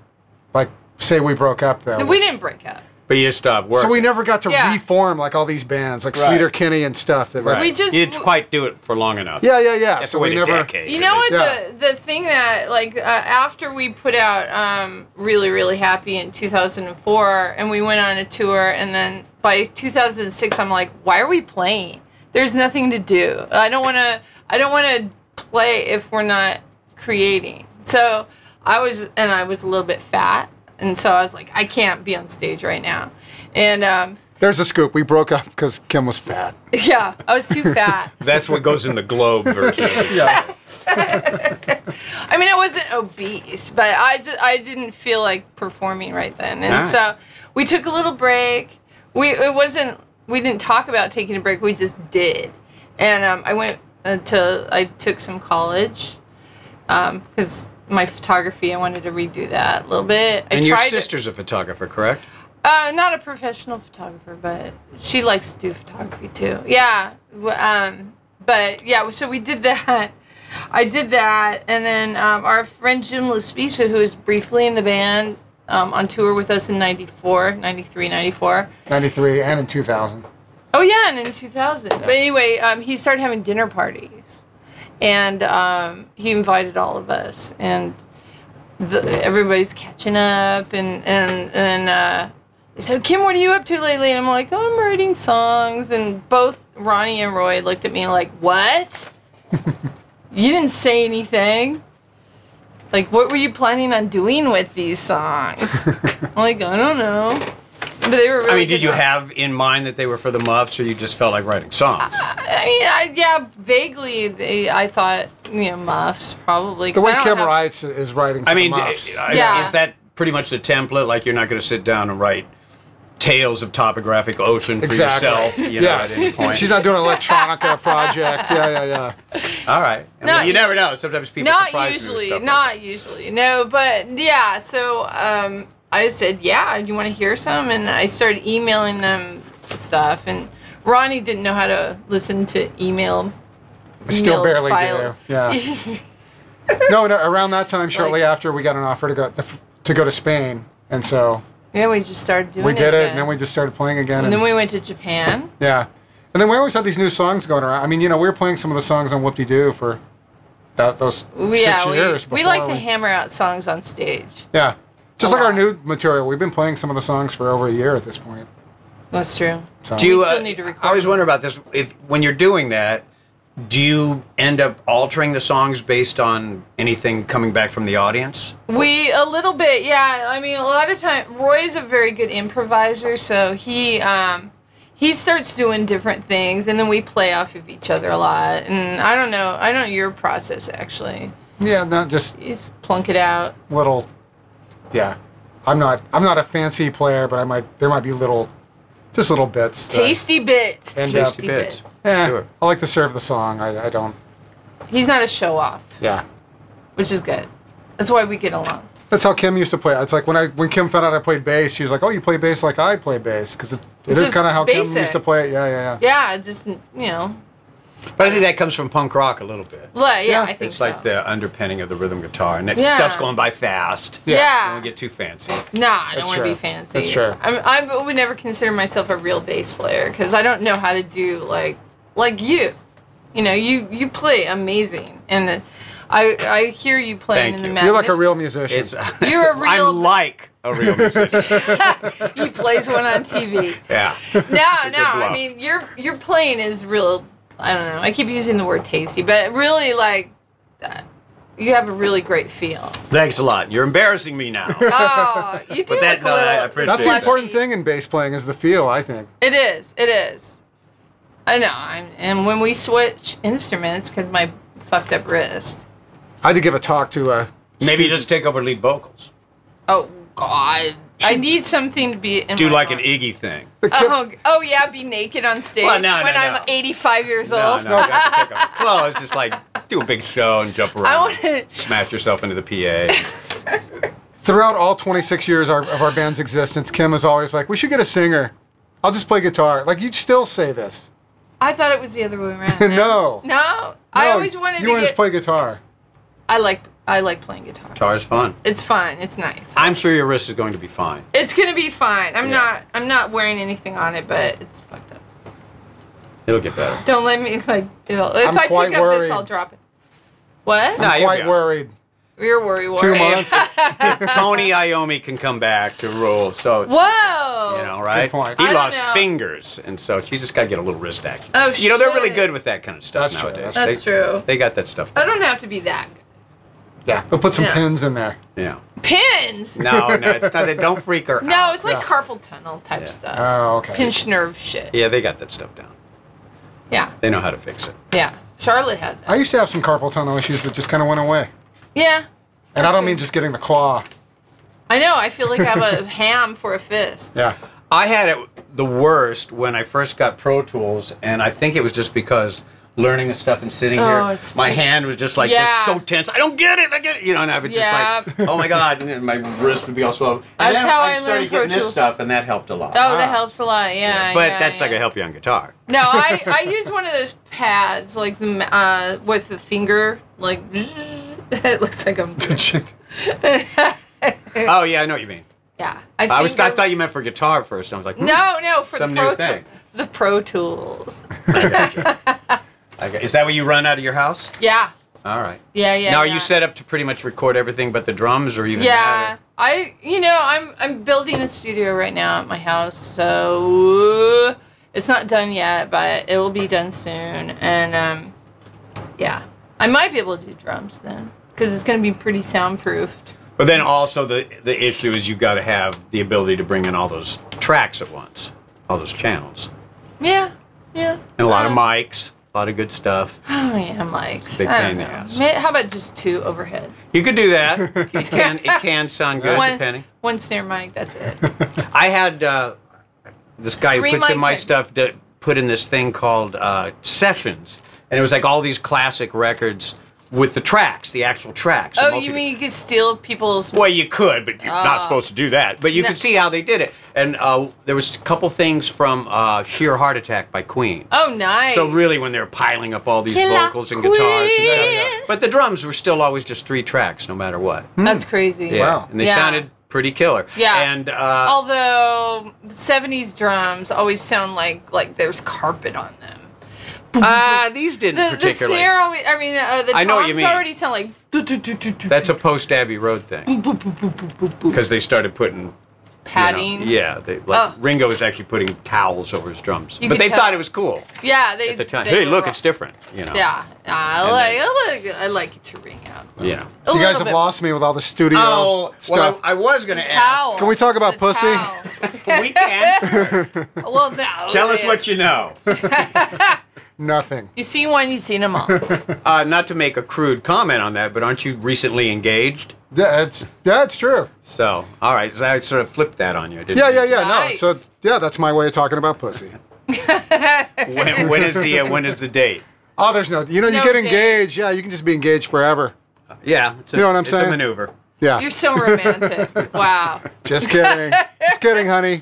Speaker 4: like say we broke up though.
Speaker 2: we didn't break up.
Speaker 3: But you just stopped working.
Speaker 4: So we never got to
Speaker 2: Yeah.
Speaker 4: reform like all these bands, like
Speaker 3: Right.
Speaker 4: Sleater Kinney and stuff. That like,
Speaker 3: Right.
Speaker 2: We just-
Speaker 3: you didn't quite do it for long enough.
Speaker 4: yeah, yeah, yeah.
Speaker 3: You have
Speaker 4: so
Speaker 3: to wait
Speaker 4: we
Speaker 3: a
Speaker 4: never.
Speaker 3: decade.
Speaker 2: You know what
Speaker 4: Yeah.
Speaker 2: the the thing that like uh, after we put out um, really really happy in 2004 and we went on a tour and then by 2006 I'm like why are we playing? There's nothing to do. I don't want to I don't want to play if we're not creating. So I was and I was a little bit fat and so I was like I can't be on stage right now. And um,
Speaker 4: There's a scoop. We broke up because Kim was fat.
Speaker 2: yeah, I was too fat.
Speaker 3: That's what goes in the Globe version.
Speaker 4: yeah.
Speaker 2: I mean, I wasn't obese, but I just I didn't feel like performing right then, and
Speaker 3: All right.
Speaker 2: so we took a little break. We it wasn't we didn't talk about taking a break. We just did, and um, I went until I took some college because my photography I wanted to redo that a little bit. I
Speaker 3: and your
Speaker 2: tried-
Speaker 3: sister's a photographer, correct?
Speaker 2: uh, not a professional photographer, but she likes to do photography too. Yeah. w- Um, but yeah, so we did that. I did that, and then um, our friend Jim Lespisa, who was briefly in the band um, on tour with us in 94, 93, 94.
Speaker 4: 93 and in 2000.
Speaker 2: Oh yeah, and in 2000. But anyway, um, he started having dinner parties, and um, he invited all of us, and the, everybody's catching up, and and and uh, so Kim, what are you up to lately? And I'm like, oh, I'm writing songs, and both Ronnie and Roy looked at me like, what? you didn't say anything. Like, what were you planning on doing with these songs? I'm like, I don't know. But they were really
Speaker 3: I mean, did
Speaker 2: good
Speaker 3: you
Speaker 2: songs.
Speaker 3: have in mind that they were for the Muffs, or you just felt like writing songs?
Speaker 2: I mean, I, yeah, vaguely, they, I thought, you know, muffs probably.
Speaker 4: The
Speaker 2: 'cause
Speaker 4: way
Speaker 2: I don't
Speaker 4: Kim
Speaker 2: have-
Speaker 4: writes is writing. For
Speaker 3: I mean,
Speaker 4: the Muffs.
Speaker 3: I-
Speaker 2: Yeah.
Speaker 3: is that pretty much the template? Like, you're not going to sit down and write tales of topographic ocean for
Speaker 4: Exactly.
Speaker 3: yourself, you know,
Speaker 4: yes.
Speaker 3: at any point.
Speaker 4: She's not doing an electronica project. Yeah, yeah, yeah.
Speaker 3: All right. I
Speaker 2: Not
Speaker 3: mean, you
Speaker 2: us-
Speaker 3: never know. Sometimes people
Speaker 2: Not
Speaker 3: surprise
Speaker 2: usually,
Speaker 3: you. with stuff like
Speaker 2: not
Speaker 3: that.
Speaker 2: usually. No, but yeah, so um, I said, yeah, you want to hear some? And I started emailing them stuff. And Ronnie didn't know how to listen to email.
Speaker 4: I still
Speaker 2: emailed
Speaker 4: barely
Speaker 2: file.
Speaker 4: do. Yeah. No, no, around that time, shortly after, we got an offer to go to go to Spain, and so
Speaker 2: yeah, we just started doing
Speaker 4: we
Speaker 2: it.
Speaker 4: did it,
Speaker 2: again.
Speaker 4: and then we just started playing again.
Speaker 2: And
Speaker 4: And
Speaker 2: then we went to Japan.
Speaker 4: yeah, and then we always had these new songs going around. I mean, you know, we were playing some of the songs on Whoop De Doo for that, those
Speaker 2: We,
Speaker 4: six
Speaker 2: yeah,
Speaker 4: years.
Speaker 2: we, we
Speaker 4: before
Speaker 2: like to hammer out songs on stage.
Speaker 4: Yeah, just
Speaker 2: a
Speaker 4: like our
Speaker 2: lot.
Speaker 4: new material, we've been playing some of the songs for over a year at this point.
Speaker 2: That's true.
Speaker 4: So.
Speaker 3: Do you,
Speaker 2: We still
Speaker 3: uh,
Speaker 2: need to record
Speaker 3: I always
Speaker 2: them.
Speaker 3: wonder about this. If when you're doing that, do you end up altering the songs based on anything coming back from the audience?
Speaker 2: We a little bit, yeah. I mean, a lot of time. Roy's a very good improviser, so he um, he starts doing different things, and then we play off of each other a lot. And I don't know, I don't know your process actually.
Speaker 4: Yeah, no, just
Speaker 2: You just plunk it out.
Speaker 4: little. Yeah, I'm not. I'm not a fancy player, but I might. There might be little, just little bits. that-
Speaker 2: Tasty bits.
Speaker 4: And, uh,
Speaker 2: tasty
Speaker 3: Tasty
Speaker 2: bits.
Speaker 3: bits.
Speaker 4: Yeah,
Speaker 3: Sure.
Speaker 4: I like to serve the song. I, I don't.
Speaker 2: He's not a show off,
Speaker 4: Yeah,
Speaker 2: which is good. That's why we get along.
Speaker 4: that's how Kim used to play. It's like when I when Kim found out I played bass, she was like, "Oh, you play bass like I play bass," because it, it is
Speaker 2: Just
Speaker 4: kind of how Kim
Speaker 2: basic.
Speaker 4: used to play it. Yeah, yeah, yeah.
Speaker 2: Yeah, just you know,
Speaker 3: But I think that comes from punk rock a little bit.
Speaker 2: like,
Speaker 4: Yeah,
Speaker 2: yeah, I think
Speaker 3: It's
Speaker 2: so.
Speaker 3: like the underpinning of the rhythm guitar, and that
Speaker 2: Yeah.
Speaker 3: stuff's going by fast.
Speaker 4: Yeah.
Speaker 2: yeah.
Speaker 3: Don't get too fancy.
Speaker 2: No, I don't
Speaker 4: That's
Speaker 2: want to be
Speaker 4: true.
Speaker 2: fancy.
Speaker 4: That's true.
Speaker 2: I'm, I would never consider myself a real bass player because I don't know how to do like like you. You know, you you play amazing, and I I hear you playing
Speaker 3: Thank
Speaker 2: in the
Speaker 3: you.
Speaker 2: Mad
Speaker 4: You're like a
Speaker 2: Libs.
Speaker 4: real musician.
Speaker 3: It's
Speaker 2: You're a real.
Speaker 3: I'm like a real musician.
Speaker 2: he plays one on TV.
Speaker 3: yeah.
Speaker 2: No, no. I
Speaker 3: bluff.
Speaker 2: mean, your your playing is real. I don't know. I keep using the word tasty, but really like. uh, you have a really great feel.
Speaker 3: Thanks a lot. You're embarrassing me now.
Speaker 2: Oh, you do
Speaker 3: But that-
Speaker 2: look a
Speaker 3: no,
Speaker 2: little.
Speaker 3: I appreciate
Speaker 4: That's the
Speaker 3: Blushing.
Speaker 4: important thing in bass playing is the feel, I think.
Speaker 2: It is. It is. I know. I'm, and when we switch instruments, because my fucked up wrist.
Speaker 4: I had to give a talk to uh, a
Speaker 3: Maybe
Speaker 4: student.
Speaker 3: just take over lead vocals.
Speaker 2: Oh God. I need something to be. In
Speaker 3: Do
Speaker 2: Oh my
Speaker 3: like an
Speaker 2: arm.
Speaker 3: Iggy thing.
Speaker 2: Oh, oh yeah, be naked on stage
Speaker 3: Well, no, no,
Speaker 2: when I'm
Speaker 3: no.
Speaker 2: 85 years
Speaker 3: No,
Speaker 2: old.
Speaker 3: no, you have to take off your clothes. Just like do a big show and jump around.
Speaker 2: wanna-
Speaker 3: smash yourself into the PA.
Speaker 4: Throughout all 26 years our, of our band's existence, Kim was always like, "We should get a singer. I'll just play guitar." Like you still say this.
Speaker 2: I thought it was the other way around.
Speaker 4: no.
Speaker 2: No, I
Speaker 4: No,
Speaker 2: always wanted
Speaker 4: you
Speaker 2: to
Speaker 4: want
Speaker 2: get.
Speaker 4: to play guitar.
Speaker 2: I like I like playing guitar.
Speaker 3: Guitar's fun.
Speaker 2: It's fun. It's nice.
Speaker 3: I'm sure your wrist is going to be fine.
Speaker 2: it's gonna be fine. I'm
Speaker 3: Yeah.
Speaker 2: not. I'm not wearing anything on it, but it's fucked up.
Speaker 3: It'll get better.
Speaker 2: Don't let me like it'll. If
Speaker 4: I'm
Speaker 2: i
Speaker 4: quite
Speaker 2: pick up
Speaker 4: worried.
Speaker 2: this, I'll drop it. What?
Speaker 3: No,
Speaker 4: I'm
Speaker 3: you'll be all
Speaker 4: quite
Speaker 3: right.
Speaker 4: worried.
Speaker 2: You're worry worried.
Speaker 4: Two months.
Speaker 3: Tony Iommi can come back to rule. So
Speaker 2: Whoa.
Speaker 3: you know, right?
Speaker 4: Oh, point.
Speaker 2: I
Speaker 3: He
Speaker 2: don't
Speaker 3: lost
Speaker 2: know.
Speaker 3: fingers, and so she's just got to get a little wrist action.
Speaker 2: Oh,
Speaker 3: you know, they're really
Speaker 2: shit.
Speaker 3: good with that kind of stuff
Speaker 4: That's true,
Speaker 3: nowadays.
Speaker 2: that's
Speaker 3: they,
Speaker 2: true.
Speaker 3: They got that stuff.
Speaker 2: I don't have to be that. good.
Speaker 4: yeah, we'll put some
Speaker 2: Yeah.
Speaker 4: pins in there.
Speaker 3: Yeah.
Speaker 2: Pins. No,
Speaker 3: No, no, it's not. They don't freak her. out.
Speaker 2: it's like carpal tunnel type
Speaker 3: Yeah.
Speaker 2: stuff.
Speaker 4: Oh, okay.
Speaker 2: Pinch nerve shit.
Speaker 3: Yeah, they got that stuff down.
Speaker 2: Yeah.
Speaker 3: They know how to fix it.
Speaker 2: Yeah. Charlotte had that.
Speaker 4: I used to have some carpal tunnel issues that just kind of went away.
Speaker 2: yeah.
Speaker 4: And I don't mean just getting the claw.
Speaker 2: I know. I feel like I have a ham for a fist.
Speaker 4: Yeah.
Speaker 3: I had it the worst when I first got Pro Tools, and I think it was just because learning this stuff and sitting
Speaker 2: Oh,
Speaker 3: here,
Speaker 2: it's
Speaker 3: my
Speaker 2: too-
Speaker 3: hand was just like
Speaker 2: Yeah.
Speaker 3: this, so tense. I don't get it. I get it. You know, and I would just like, oh my god, and then my wrist would be all swollen.
Speaker 2: That's
Speaker 3: And then
Speaker 2: how I
Speaker 3: I
Speaker 2: learned
Speaker 3: started
Speaker 2: Pro
Speaker 3: getting this
Speaker 2: Tools.
Speaker 3: stuff, and that helped a lot.
Speaker 2: Oh,
Speaker 4: Ah.
Speaker 2: that helps a lot. Yeah.
Speaker 3: but
Speaker 2: yeah,
Speaker 3: that's not
Speaker 2: yeah.
Speaker 3: gonna help you on guitar.
Speaker 2: No, I, I use one of those pads, like the ma- uh, with the finger, like it looks like I'm.
Speaker 3: Oh yeah, I know what you mean.
Speaker 2: Yeah,
Speaker 3: I was I
Speaker 2: finger-
Speaker 3: thought you meant for guitar at first. I was like, hmm,
Speaker 2: No, no, for
Speaker 3: Some
Speaker 2: the pro
Speaker 3: new thing.
Speaker 2: Tool- the Pro Tools.
Speaker 3: I gotcha. I got- "Hmm." Is that where you run out of your house?
Speaker 2: Yeah,
Speaker 3: All right.
Speaker 2: yeah, yeah.
Speaker 3: now are
Speaker 2: yeah.
Speaker 3: you set up to pretty much record everything but the drums, or even
Speaker 2: Yeah,
Speaker 3: that,
Speaker 2: I you know I'm I'm building a studio right now at my house, so it's not done yet, but it will be done soon. And um, yeah, I might be able to do drums then because it's gonna be pretty soundproofed.
Speaker 3: But then also the the issue is you've got to have the ability to bring in all those tracks at once, all those channels,
Speaker 2: Yeah, yeah.
Speaker 3: and a lot of
Speaker 2: Um,
Speaker 3: mics, a lot of good stuff.
Speaker 2: Oh yeah, mics.
Speaker 3: big
Speaker 2: I
Speaker 3: pain
Speaker 2: don't
Speaker 3: in the
Speaker 2: know.
Speaker 3: ass.
Speaker 2: May- How about just two overhead?
Speaker 3: You could do that. It can it can sound good
Speaker 2: one,
Speaker 3: depending.
Speaker 2: one snare mic. That's it.
Speaker 3: I had uh, this guy
Speaker 2: Three
Speaker 3: who puts in
Speaker 2: mic
Speaker 3: my
Speaker 2: head.
Speaker 3: stuff that put in this thing called uh, sessions, and it was like all these classic records with the tracks, the actual tracks. the
Speaker 2: oh, you
Speaker 3: multi-
Speaker 2: mean you could steal people's?
Speaker 3: Well, you could, but you're not supposed to do that. But you
Speaker 2: No.
Speaker 3: could see how they did it, and uh, there was a couple things from uh, "Sheer Heart Attack" by Queen.
Speaker 2: Oh, nice.
Speaker 3: So really, when they were piling up all these
Speaker 2: Killer
Speaker 3: vocals and guitars and stuff,
Speaker 2: Queen.
Speaker 3: but the drums were still always just three tracks, no matter what.
Speaker 2: that's crazy.
Speaker 3: Yeah,
Speaker 4: Wow.
Speaker 3: and they
Speaker 2: Yeah.
Speaker 3: sounded pretty killer.
Speaker 2: Yeah.
Speaker 3: and uh,
Speaker 2: Although '70s drums always sound like like there's carpet on them. Uh,
Speaker 3: uh, these didn't
Speaker 2: the the
Speaker 3: particularly.
Speaker 2: snare always. I mean, uh, the
Speaker 3: I know what you
Speaker 2: toms
Speaker 3: mean.
Speaker 2: already sound like. do, do, do, do, do,
Speaker 3: That's a post Abbey Road thing because they started putting. you know,
Speaker 2: padding.
Speaker 3: yeah, they, like
Speaker 2: Oh.
Speaker 3: Ringo was actually putting towels over his drums,
Speaker 2: You
Speaker 3: but
Speaker 2: could
Speaker 3: they
Speaker 2: tell.
Speaker 3: thought it was cool
Speaker 2: Yeah, They.
Speaker 3: at the time.
Speaker 2: they
Speaker 3: Hey,
Speaker 2: were
Speaker 3: look,
Speaker 2: wrong.
Speaker 3: it's different. You know.
Speaker 2: Yeah. I
Speaker 3: And
Speaker 2: like,
Speaker 3: then-
Speaker 2: I like. I like it to ring out.
Speaker 3: You know.
Speaker 2: A
Speaker 4: you guys
Speaker 2: little
Speaker 4: have
Speaker 2: bit.
Speaker 4: lost me with all the studio
Speaker 3: Oh,
Speaker 4: stuff.
Speaker 3: well, I, I was going to
Speaker 2: Towel.
Speaker 3: ask.
Speaker 4: Can we talk about
Speaker 2: The
Speaker 4: pussy?
Speaker 2: towel.
Speaker 3: We can.
Speaker 2: well, no.
Speaker 3: Tell us what you know.
Speaker 4: Nothing.
Speaker 2: You seen one, you seen them all.
Speaker 3: Uh, not to make a crude comment on that, but aren't you recently engaged?
Speaker 4: Yeah, it's yeah, it's true.
Speaker 3: So, all right. So I sort of flipped that on you, didn't
Speaker 4: Yeah,
Speaker 3: I?
Speaker 4: yeah, yeah. No,
Speaker 2: Nice.
Speaker 4: so yeah, that's my way of talking about pussy.
Speaker 3: When, when is the uh, when is the date?
Speaker 4: Oh, there's no. You know, you
Speaker 2: No
Speaker 4: get
Speaker 2: shame.
Speaker 4: engaged. Yeah, you can just be engaged forever.
Speaker 3: Yeah, it's a,
Speaker 4: You know what I'm
Speaker 3: it's
Speaker 4: saying?
Speaker 3: a maneuver.
Speaker 4: Yeah.
Speaker 2: You're so romantic. Wow.
Speaker 4: just kidding. just kidding, honey.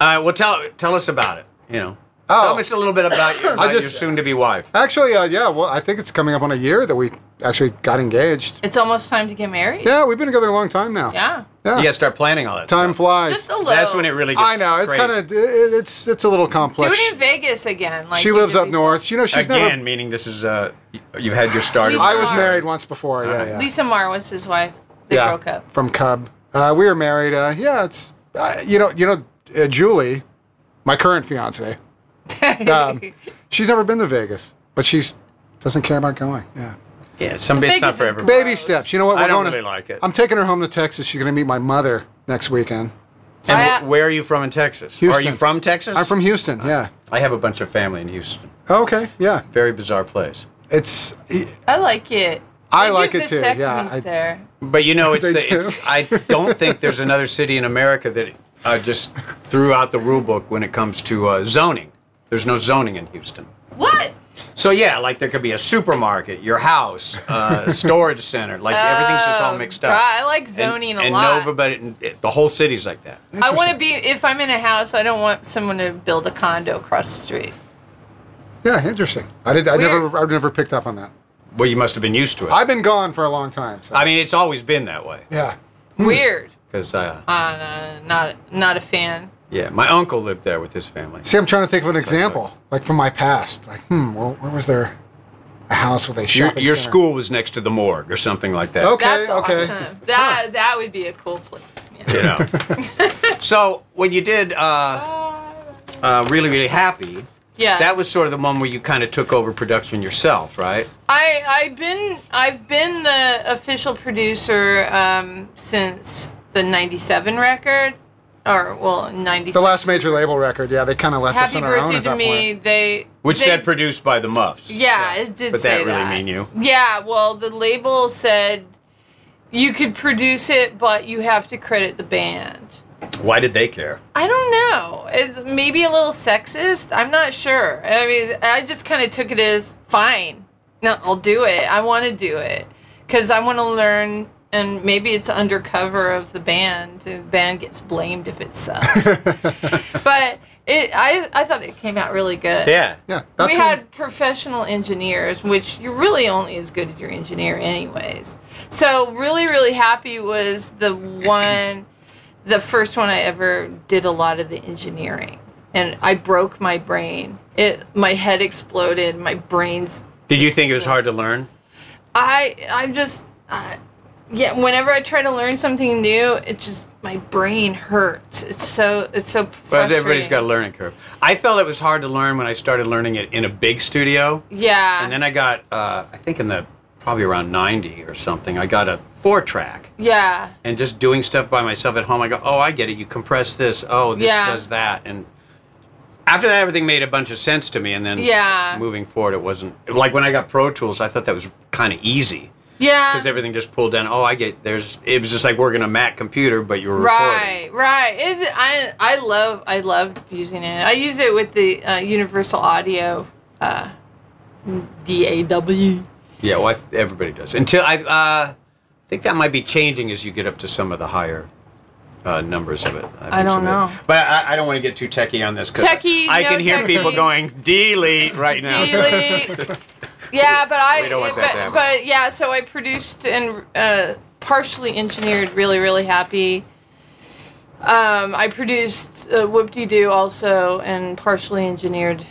Speaker 3: Uh, well, tell tell us about it. You know,
Speaker 4: Oh.
Speaker 3: tell us a little bit about, your- about your
Speaker 4: just-
Speaker 3: soon-to-be wife.
Speaker 4: Actually, uh, yeah. Well, I think it's coming up on a year that we actually got engaged.
Speaker 2: It's almost time to get married.
Speaker 4: Yeah, we've been together a long time now.
Speaker 2: Yeah.
Speaker 4: Yeah.
Speaker 3: You got to start planning all that.
Speaker 4: Time
Speaker 3: stuff.
Speaker 4: flies.
Speaker 2: Just a little.
Speaker 3: That's when it really gets.
Speaker 4: I know. It's
Speaker 3: crazy.
Speaker 4: kind of it's it's a little
Speaker 2: Do
Speaker 4: complex.
Speaker 2: it in Vegas again. Like
Speaker 4: she
Speaker 2: you
Speaker 4: lives
Speaker 2: did
Speaker 4: up
Speaker 2: before.
Speaker 4: north. You know, she's
Speaker 3: again,
Speaker 4: never.
Speaker 3: meaning this is uh, y- you had your start. as
Speaker 2: Lisa
Speaker 3: a-
Speaker 4: I was
Speaker 2: Mar-
Speaker 4: married once before. Yeah, yeah.
Speaker 2: Lisa Mar was his wife. They
Speaker 4: yeah,
Speaker 2: broke up.
Speaker 4: from Cub. Uh, we were married. Uh, yeah, it's uh, you know you know uh, Julie, my current fiance. Um, she's never been to Vegas, but she's doesn't care about going. Yeah.
Speaker 3: Yeah, some it's not
Speaker 2: Vegas
Speaker 3: for
Speaker 2: is
Speaker 3: everybody.
Speaker 2: great.
Speaker 4: Baby steps. You know what?
Speaker 3: I don't really like it.
Speaker 4: I'm taking her home to Texas. She's going to meet my mother next weekend.
Speaker 3: And
Speaker 2: I-
Speaker 3: wh- where are you from in Texas?
Speaker 4: Houston.
Speaker 3: Are you from Texas?
Speaker 4: I'm from
Speaker 3: uh,
Speaker 4: Houston. Yeah.
Speaker 3: I have a bunch of family in Houston.
Speaker 4: Okay. Yeah.
Speaker 3: Very bizarre place.
Speaker 4: It's e,
Speaker 2: I like it.
Speaker 4: I
Speaker 2: They
Speaker 4: like
Speaker 2: do
Speaker 4: it too, yeah,
Speaker 2: vasectomies
Speaker 4: I-
Speaker 2: there.
Speaker 3: But you know, it's, the,
Speaker 4: They do.
Speaker 3: it's I don't think there's another city in America that uh, just threw out the rule book when it comes to uh, zoning. There's no zoning in Houston.
Speaker 2: What?
Speaker 3: So yeah, like there could be a supermarket, your house, uh, storage center, like everything's just all mixed up.
Speaker 2: Oh, God, I like zoning
Speaker 3: and,
Speaker 2: a
Speaker 3: and
Speaker 2: lot.
Speaker 3: nobody, it- the whole city's like that.
Speaker 2: I want to be if I'm in a house. I don't want someone to build a condo across the street.
Speaker 4: yeah, interesting. I did. I
Speaker 2: Weird.
Speaker 4: never. I never picked up on that.
Speaker 3: Well, you must have been used to it. I,
Speaker 4: I've been gone for a long time. So.
Speaker 3: mean, it's always been that way.
Speaker 4: yeah.
Speaker 2: Weird.
Speaker 3: Because uh,
Speaker 2: Uh, no, not not a fan.
Speaker 3: yeah, my uncle lived there with his family.
Speaker 4: See, I'm trying to think of an example, like from my past. Like, hmm, where, where was there a house with a
Speaker 3: Your,
Speaker 4: shopping
Speaker 3: your
Speaker 4: center?
Speaker 3: school was next to the morgue or something like that.
Speaker 4: Okay.
Speaker 2: That's
Speaker 4: okay.
Speaker 2: awesome. That that would be a cool place. Yeah.
Speaker 3: You know. so when you did uh, uh, really really happy,
Speaker 2: Yeah.
Speaker 3: that was sort of the one where you kind of took over production yourself, right?
Speaker 2: I I've been I've been the official producer um, since the '97 record, or well '96.
Speaker 4: The last major label record. Yeah, they kind of left us
Speaker 2: Happy
Speaker 4: on our own
Speaker 2: birthday
Speaker 4: at
Speaker 2: to
Speaker 4: that
Speaker 2: me.
Speaker 4: point.
Speaker 2: They
Speaker 3: Which
Speaker 2: they,
Speaker 3: said produced by the Muffs.
Speaker 2: Yeah, it did
Speaker 3: But that
Speaker 2: say
Speaker 3: really mean you.
Speaker 2: Yeah, well, the label said you could produce it, but you have to credit the band.
Speaker 3: Why did they care?
Speaker 2: I don't know. It's maybe a little sexist. I'm not sure. I mean, I just kind of took it as fine. No, I'll do it. I want to do it because I want to learn. And maybe it's undercover of the band. and The band gets blamed if it sucks. but it, I, I thought it came out really good
Speaker 3: Yeah.
Speaker 4: Yeah, that's
Speaker 2: we
Speaker 4: when-
Speaker 2: had professional engineers, which you're really only as good as your engineer, anyways. So, really, really happy was the one, the first one I ever did a lot of the engineering, and I broke my brain. It, my head exploded. My brains.
Speaker 3: Did you think it was hard to learn?
Speaker 2: I, I'm just. I yeah, whenever I try to learn something new, it just my brain hurts. It's so it's so
Speaker 3: Well,
Speaker 2: frustrating.
Speaker 3: everybody's got a learning curve. I felt it was hard to learn when I started learning it in a big studio.
Speaker 2: Yeah.
Speaker 3: And then I got, uh, I think in the probably around 90 or something, I got a four track.
Speaker 2: yeah.
Speaker 3: And just doing stuff by myself at home, I go, oh, I get it. You compress this. Oh, this
Speaker 2: Yeah.
Speaker 3: does that. And after that, everything made a bunch of sense to me. And then
Speaker 2: Yeah.
Speaker 3: moving forward, it wasn't like when I got Pro Tools, I thought that was kind of easy
Speaker 2: Yeah.
Speaker 3: because everything just pulled down. Oh, I get there's, it was just like working a Mac computer, but you were
Speaker 2: Right,
Speaker 3: recording.
Speaker 2: right. It, I I love I love using it. I use it with the uh, Universal Audio uh, DAW.
Speaker 3: Yeah, well, I, everybody does. Until I uh, think that might be changing as you get up to some of the higher uh, numbers of it. think
Speaker 2: don't
Speaker 3: some of it-
Speaker 2: know.
Speaker 3: but I, I don't want to get too techie on this. 'cause
Speaker 2: Techie,
Speaker 3: I, I
Speaker 2: no
Speaker 3: can hear
Speaker 2: techie.
Speaker 3: people going delete right now.
Speaker 2: Delete. yeah, but I
Speaker 3: We don't want
Speaker 2: but,
Speaker 3: that to happen.
Speaker 2: but yeah, so I produced and uh, partially engineered. Really, really happy. Um, I produced uh, Whoop De Doo also and partially engineered.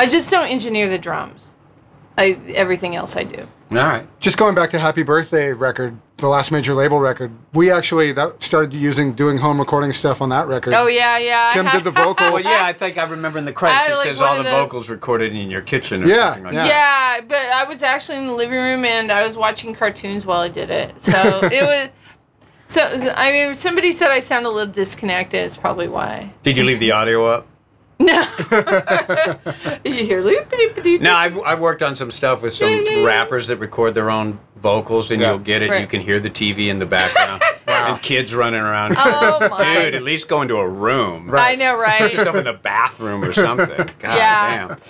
Speaker 2: I just don't engineer the drums. I everything else I do.
Speaker 3: All right.
Speaker 4: Just going back to Happy Birthday record, the last major label record. We actually that started using doing home recording stuff on that record.
Speaker 2: Oh yeah, yeah. I
Speaker 4: Kim did
Speaker 2: have-
Speaker 4: the vocals.
Speaker 3: Well, yeah, I think I remember in the credits
Speaker 2: I
Speaker 3: it
Speaker 2: like
Speaker 3: says
Speaker 2: one
Speaker 3: all
Speaker 2: of
Speaker 3: the
Speaker 2: those-
Speaker 3: vocals recorded in your kitchen or
Speaker 4: Yeah,
Speaker 3: something like
Speaker 4: yeah.
Speaker 3: that.
Speaker 2: Yeah, but I was actually in the living room and I was watching cartoons while I did it. So it was. So it was- I mean, somebody said I sound a little disconnected. It's probably why.
Speaker 3: Did you leave the audio up?
Speaker 2: You hear loop doop doop.
Speaker 3: No, I've, I've worked on some stuff with some rappers that record their own vocals, and
Speaker 4: Yeah.
Speaker 3: you'll get it. You
Speaker 2: Right.
Speaker 3: can hear the TV in the background and kids running around.
Speaker 2: Oh my.
Speaker 3: Dude, at least go into a room.
Speaker 4: Right.
Speaker 2: I know, right?
Speaker 3: yourself in the bathroom or something. God
Speaker 2: Yeah.
Speaker 3: damn.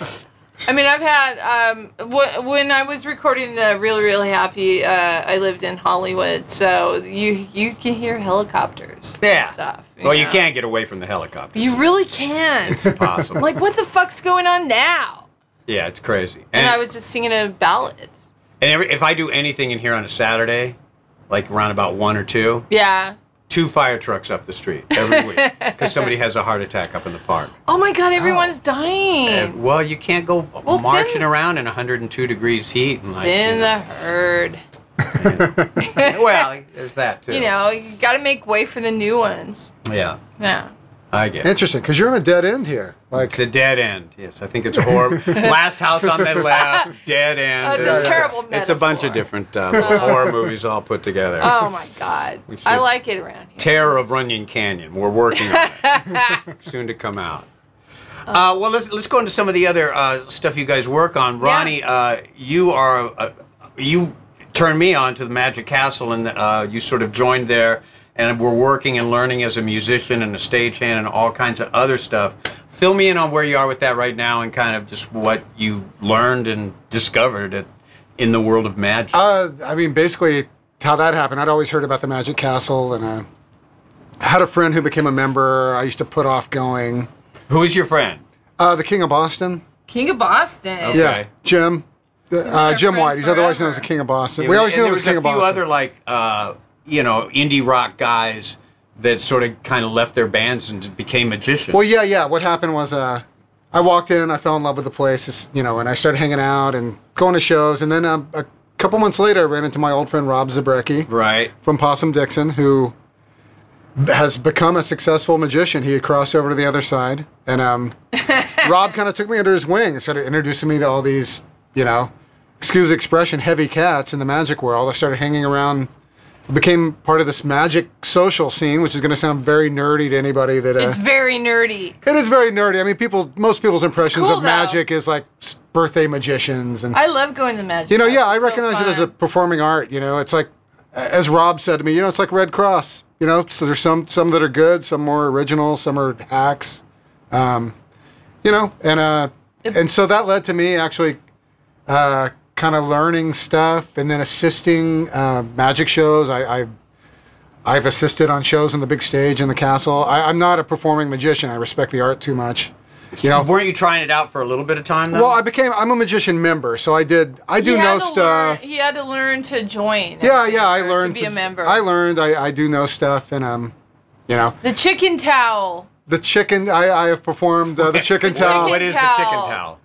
Speaker 2: I mean, I've had um, w- when I was recording the really, really happy. Uh, I lived in Hollywood, so you you can hear helicopters. and
Speaker 3: Yeah.
Speaker 2: Stuff.
Speaker 3: well, you
Speaker 2: know?
Speaker 3: can't get away from the helicopter.
Speaker 2: You really can't.
Speaker 3: It's possible.
Speaker 2: like, what the fuck's going on now?
Speaker 3: yeah, it's crazy.
Speaker 2: And I was just singing a ballad.
Speaker 3: and every, if I do anything in here on a Saturday, like around about one or two,
Speaker 2: Yeah.
Speaker 3: two fire trucks up the street every week because somebody has a heart attack up in the park.
Speaker 2: Oh my God, everyone's
Speaker 3: Uh,
Speaker 2: dying.
Speaker 3: well, you can't go
Speaker 2: Well, thin-
Speaker 3: marching around in 102 degrees heat and like.
Speaker 2: In
Speaker 3: you
Speaker 2: the
Speaker 3: know.
Speaker 2: herd.
Speaker 3: well, there's that too.
Speaker 2: You know, you gotta make way for the new ones.
Speaker 3: Yeah,
Speaker 2: Yeah.
Speaker 3: I get. It.
Speaker 4: Interesting, because you're on a dead end here. Like
Speaker 3: It's a dead end. Yes, I think it's a horror. Last house on the left, dead end.
Speaker 2: That's a
Speaker 3: It's
Speaker 2: terrible
Speaker 3: It's a bunch of
Speaker 2: metaphor.
Speaker 3: different uh, little horror movies all put together.
Speaker 2: Oh my god. I
Speaker 3: should-
Speaker 2: like it around here.
Speaker 3: Terror of Runyon Canyon. We're working on it. Soon to come out. Uh, well, let's let's go into some of the other uh, stuff you guys work on. Ronnie, uh, you are uh, you turned me on to the Magic Castle, and uh, you sort of joined there, and we're working and learning as a musician and a stagehand and all kinds of other stuff. Fill me in on where you are with that right now, and kind of just what you learned and discovered at, in the world of magic.
Speaker 4: Uh, I mean, basically, how that happened. I'd always heard about the Magic Castle, and uh, I had a friend who became a member. I used to put off going.
Speaker 3: Who is your friend?
Speaker 4: Uh, the King of Boston.
Speaker 2: King of Boston.
Speaker 3: Okay.
Speaker 4: Yeah, Jim. Uh,
Speaker 2: our
Speaker 4: Jim
Speaker 2: friend
Speaker 4: White. He's otherwise known as
Speaker 2: forever.
Speaker 4: the King of Boston.
Speaker 3: Yeah,
Speaker 4: we always
Speaker 3: and
Speaker 4: knew
Speaker 3: there
Speaker 4: him as King
Speaker 3: a
Speaker 4: of
Speaker 3: few
Speaker 4: Boston.
Speaker 3: other like uh, you know indie rock guys that sort of kind of left their bands and became magicians.
Speaker 4: Well, yeah, yeah. What happened was uh, I walked in, I fell in love with the place, it's- you know, and I started hanging out and going to shows. And then um, a couple months later, I ran into my old friend Rob Zabrecki
Speaker 3: right.
Speaker 4: from Possum Dixon, who has become a successful magician. He had crossed over to the other side, and um, Rob kind of took me under his wing and started introducing me to all these, you know, excuse the expression, heavy cats in the magic world. I started hanging around. Became part of this magic social scene, which is going to sound very nerdy to anybody that uh,
Speaker 2: It's very nerdy.
Speaker 4: it is very nerdy. I mean, people, most people's impressions
Speaker 2: cool,
Speaker 4: of
Speaker 2: though.
Speaker 4: magic is like s- birthday magicians and
Speaker 2: I love going to the magic.
Speaker 4: you know,
Speaker 2: House.
Speaker 4: yeah, I
Speaker 2: It's so
Speaker 4: recognize it as a
Speaker 2: fun.
Speaker 4: performing art. You know, it's like as Rob said to me, you know, it's like Red Cross. You know, so there's some some that are good, some more original, some are hacks. Um, you know, and uh, and so that led to me actually uh, kind of learning stuff and then assisting uh, magic shows. I. I I've assisted on shows on the big stage in the castle. I, I'm not a performing magician. I respect the art too much. You know,
Speaker 3: Weren't you trying it out for a little bit of time though?
Speaker 4: well, I became. I'm a magician member, so I did. I do
Speaker 2: He had
Speaker 4: know
Speaker 2: to
Speaker 4: stuff.
Speaker 2: Learn, he had to learn to join.
Speaker 4: Yeah,
Speaker 2: think,
Speaker 4: yeah, I
Speaker 2: or
Speaker 4: learned
Speaker 2: to be a member.
Speaker 4: I learned. I, I do know stuff, and um, you know,
Speaker 2: the chicken towel.
Speaker 4: the chicken. I, I have performed uh, the chicken towel.
Speaker 3: What
Speaker 2: chicken
Speaker 3: is the chicken
Speaker 2: towel.
Speaker 3: towel?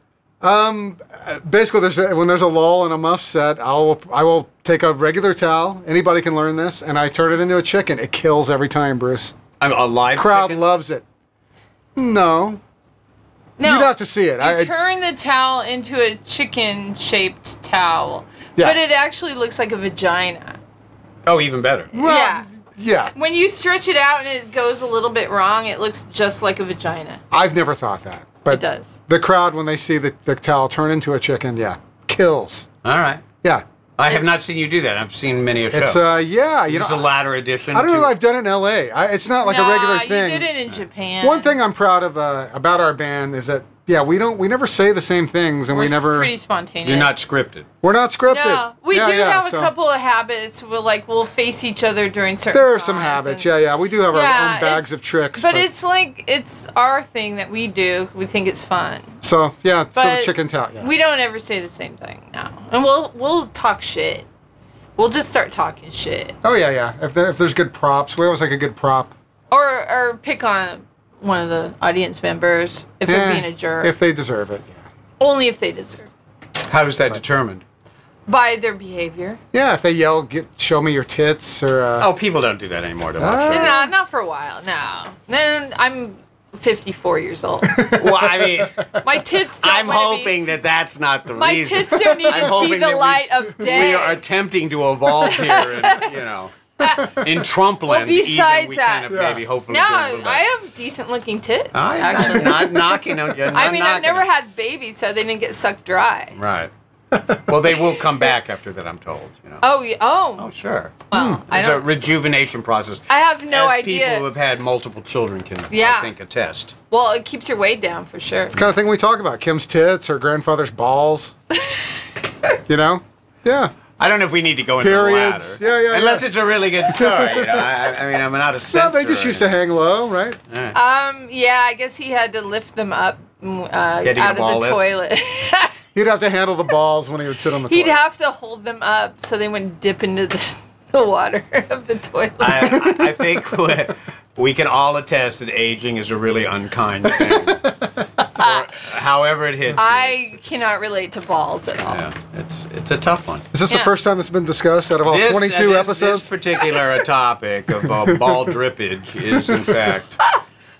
Speaker 4: Basically, there's a, when there's a lull in a muff set, I'll I will take a regular towel. Anybody can learn this, and I turn it into a chicken. It kills every time, Bruce.
Speaker 3: I'm a live
Speaker 4: Crowd
Speaker 3: chicken?
Speaker 4: loves it. No,
Speaker 2: No,
Speaker 4: you'd have to see it.
Speaker 2: You
Speaker 4: I, I-
Speaker 2: turn the towel into a chicken-shaped towel,
Speaker 4: Yeah.
Speaker 2: but it actually looks like a vagina.
Speaker 3: Oh, even better.
Speaker 4: well,
Speaker 2: yeah.
Speaker 4: yeah.
Speaker 2: When you stretch it out and it goes a little bit wrong, it looks just like a vagina.
Speaker 4: I've never thought that, but
Speaker 2: It does.
Speaker 4: the crowd when they see the, the towel turn into a chicken, yeah, kills.
Speaker 3: All right.
Speaker 4: Yeah,
Speaker 3: I have not seen you do that. I've seen many a show.
Speaker 4: it's uh, yeah. You
Speaker 3: this is
Speaker 4: know,
Speaker 3: a latter edition.
Speaker 4: I don't know
Speaker 3: to-
Speaker 4: if I've done it in L.A. I, it's not like a regular
Speaker 2: Nah,
Speaker 4: thing.
Speaker 2: You did it in Japan.
Speaker 4: One thing I'm proud of uh, about our band is that yeah, we don't we never say the same things, and
Speaker 2: we're
Speaker 4: we never
Speaker 2: pretty spontaneous.
Speaker 3: You're not scripted.
Speaker 4: we're not scripted.
Speaker 2: No, we
Speaker 4: Yeah,
Speaker 2: do
Speaker 4: yeah,
Speaker 2: have a
Speaker 4: so
Speaker 2: couple of habits. We'll like we'll face each other during certain.
Speaker 4: There are some
Speaker 2: songs
Speaker 4: habits.
Speaker 2: and-
Speaker 4: Yeah, yeah, we do have our
Speaker 2: Yeah,
Speaker 4: own bags
Speaker 2: it's-
Speaker 4: of tricks.
Speaker 2: But, it's like it's our thing that we do. We think it's fun.
Speaker 4: so yeah, so
Speaker 2: But
Speaker 4: the chicken towel. Yeah.
Speaker 2: We don't ever say the same thing now, and we'll we'll talk shit. We'll just start talking shit,
Speaker 4: oh yeah, yeah. If, there, if there's good props, we always like a good prop.
Speaker 2: or or pick on one of the audience members if
Speaker 4: Eh,
Speaker 2: they're being a jerk.
Speaker 4: If they deserve it. Yeah.
Speaker 2: Only if they deserve
Speaker 3: How is that determined?
Speaker 2: by their behavior.
Speaker 4: Yeah, if they yell, get show me your tits or uh,
Speaker 3: Oh, people don't do that anymore. Don't
Speaker 4: Ah.
Speaker 3: they?
Speaker 2: No, not for a while. No, then I'm 54 years old.
Speaker 3: Well, I mean,
Speaker 2: My tits. Don't
Speaker 3: I'm
Speaker 2: wanna be
Speaker 3: hoping that that's not the
Speaker 2: My
Speaker 3: reason.
Speaker 2: tits don't need
Speaker 3: I'm
Speaker 2: to see
Speaker 3: hoping
Speaker 2: the
Speaker 3: that we-
Speaker 2: light of day.
Speaker 3: We are attempting to evolve here, and, you know, in Trumpland.
Speaker 2: Well, besides
Speaker 3: even, we
Speaker 2: that-
Speaker 3: kind of
Speaker 4: Yeah.
Speaker 3: maybe hopefully.
Speaker 2: No,
Speaker 3: do a little bit.
Speaker 2: I have decent looking tits.
Speaker 3: I'm
Speaker 2: actually,
Speaker 3: not knocking on you.
Speaker 2: I mean, I've never had babies, so they didn't get sucked dry.
Speaker 3: Right. Well, they will come back after that. I'm told. You know.
Speaker 2: Oh, yeah,
Speaker 3: Oh, hmm.
Speaker 2: oh,
Speaker 3: sure.
Speaker 2: well, I
Speaker 3: It's a
Speaker 2: don't.
Speaker 3: rejuvenation process.
Speaker 2: I have no
Speaker 3: as
Speaker 2: idea.
Speaker 3: People who have had multiple children can,
Speaker 2: Yeah.
Speaker 3: I think, attest.
Speaker 2: well, it keeps your weight down for sure.
Speaker 4: kind of thing we talk about. Kim's tits or grandfather's balls. you know? Yeah.
Speaker 3: I don't know if we need to go into
Speaker 4: Periods.
Speaker 3: the latter.
Speaker 4: Yeah, yeah,
Speaker 3: Unless
Speaker 4: yeah.
Speaker 3: it's a really good story. You know, I, I mean, I'm not a
Speaker 4: No,
Speaker 3: censor.
Speaker 4: they just used to hang low, right?
Speaker 2: Um, yeah, I guess he had to lift them up mm, uh,
Speaker 3: Getting
Speaker 2: out
Speaker 3: a ball
Speaker 2: of the
Speaker 3: lift.
Speaker 2: toilet.
Speaker 4: He'd have to handle the balls when he would sit on the
Speaker 2: He'd
Speaker 4: toilet.
Speaker 2: have to hold them up so they wouldn't dip into the, the water of the toilet.
Speaker 3: I, I I think we- we can all attest that aging is a really unkind thing. For- however it hits. you,
Speaker 2: I cannot relate to balls at all.
Speaker 3: it's- yeah, it's it's a tough one.
Speaker 4: Is this
Speaker 2: Yeah.
Speaker 4: the first time that's been discussed out of all
Speaker 3: This- uh,
Speaker 4: 22
Speaker 3: this-
Speaker 4: episodes?
Speaker 3: uh, This particular topic of uh, ball drippage is, in fact,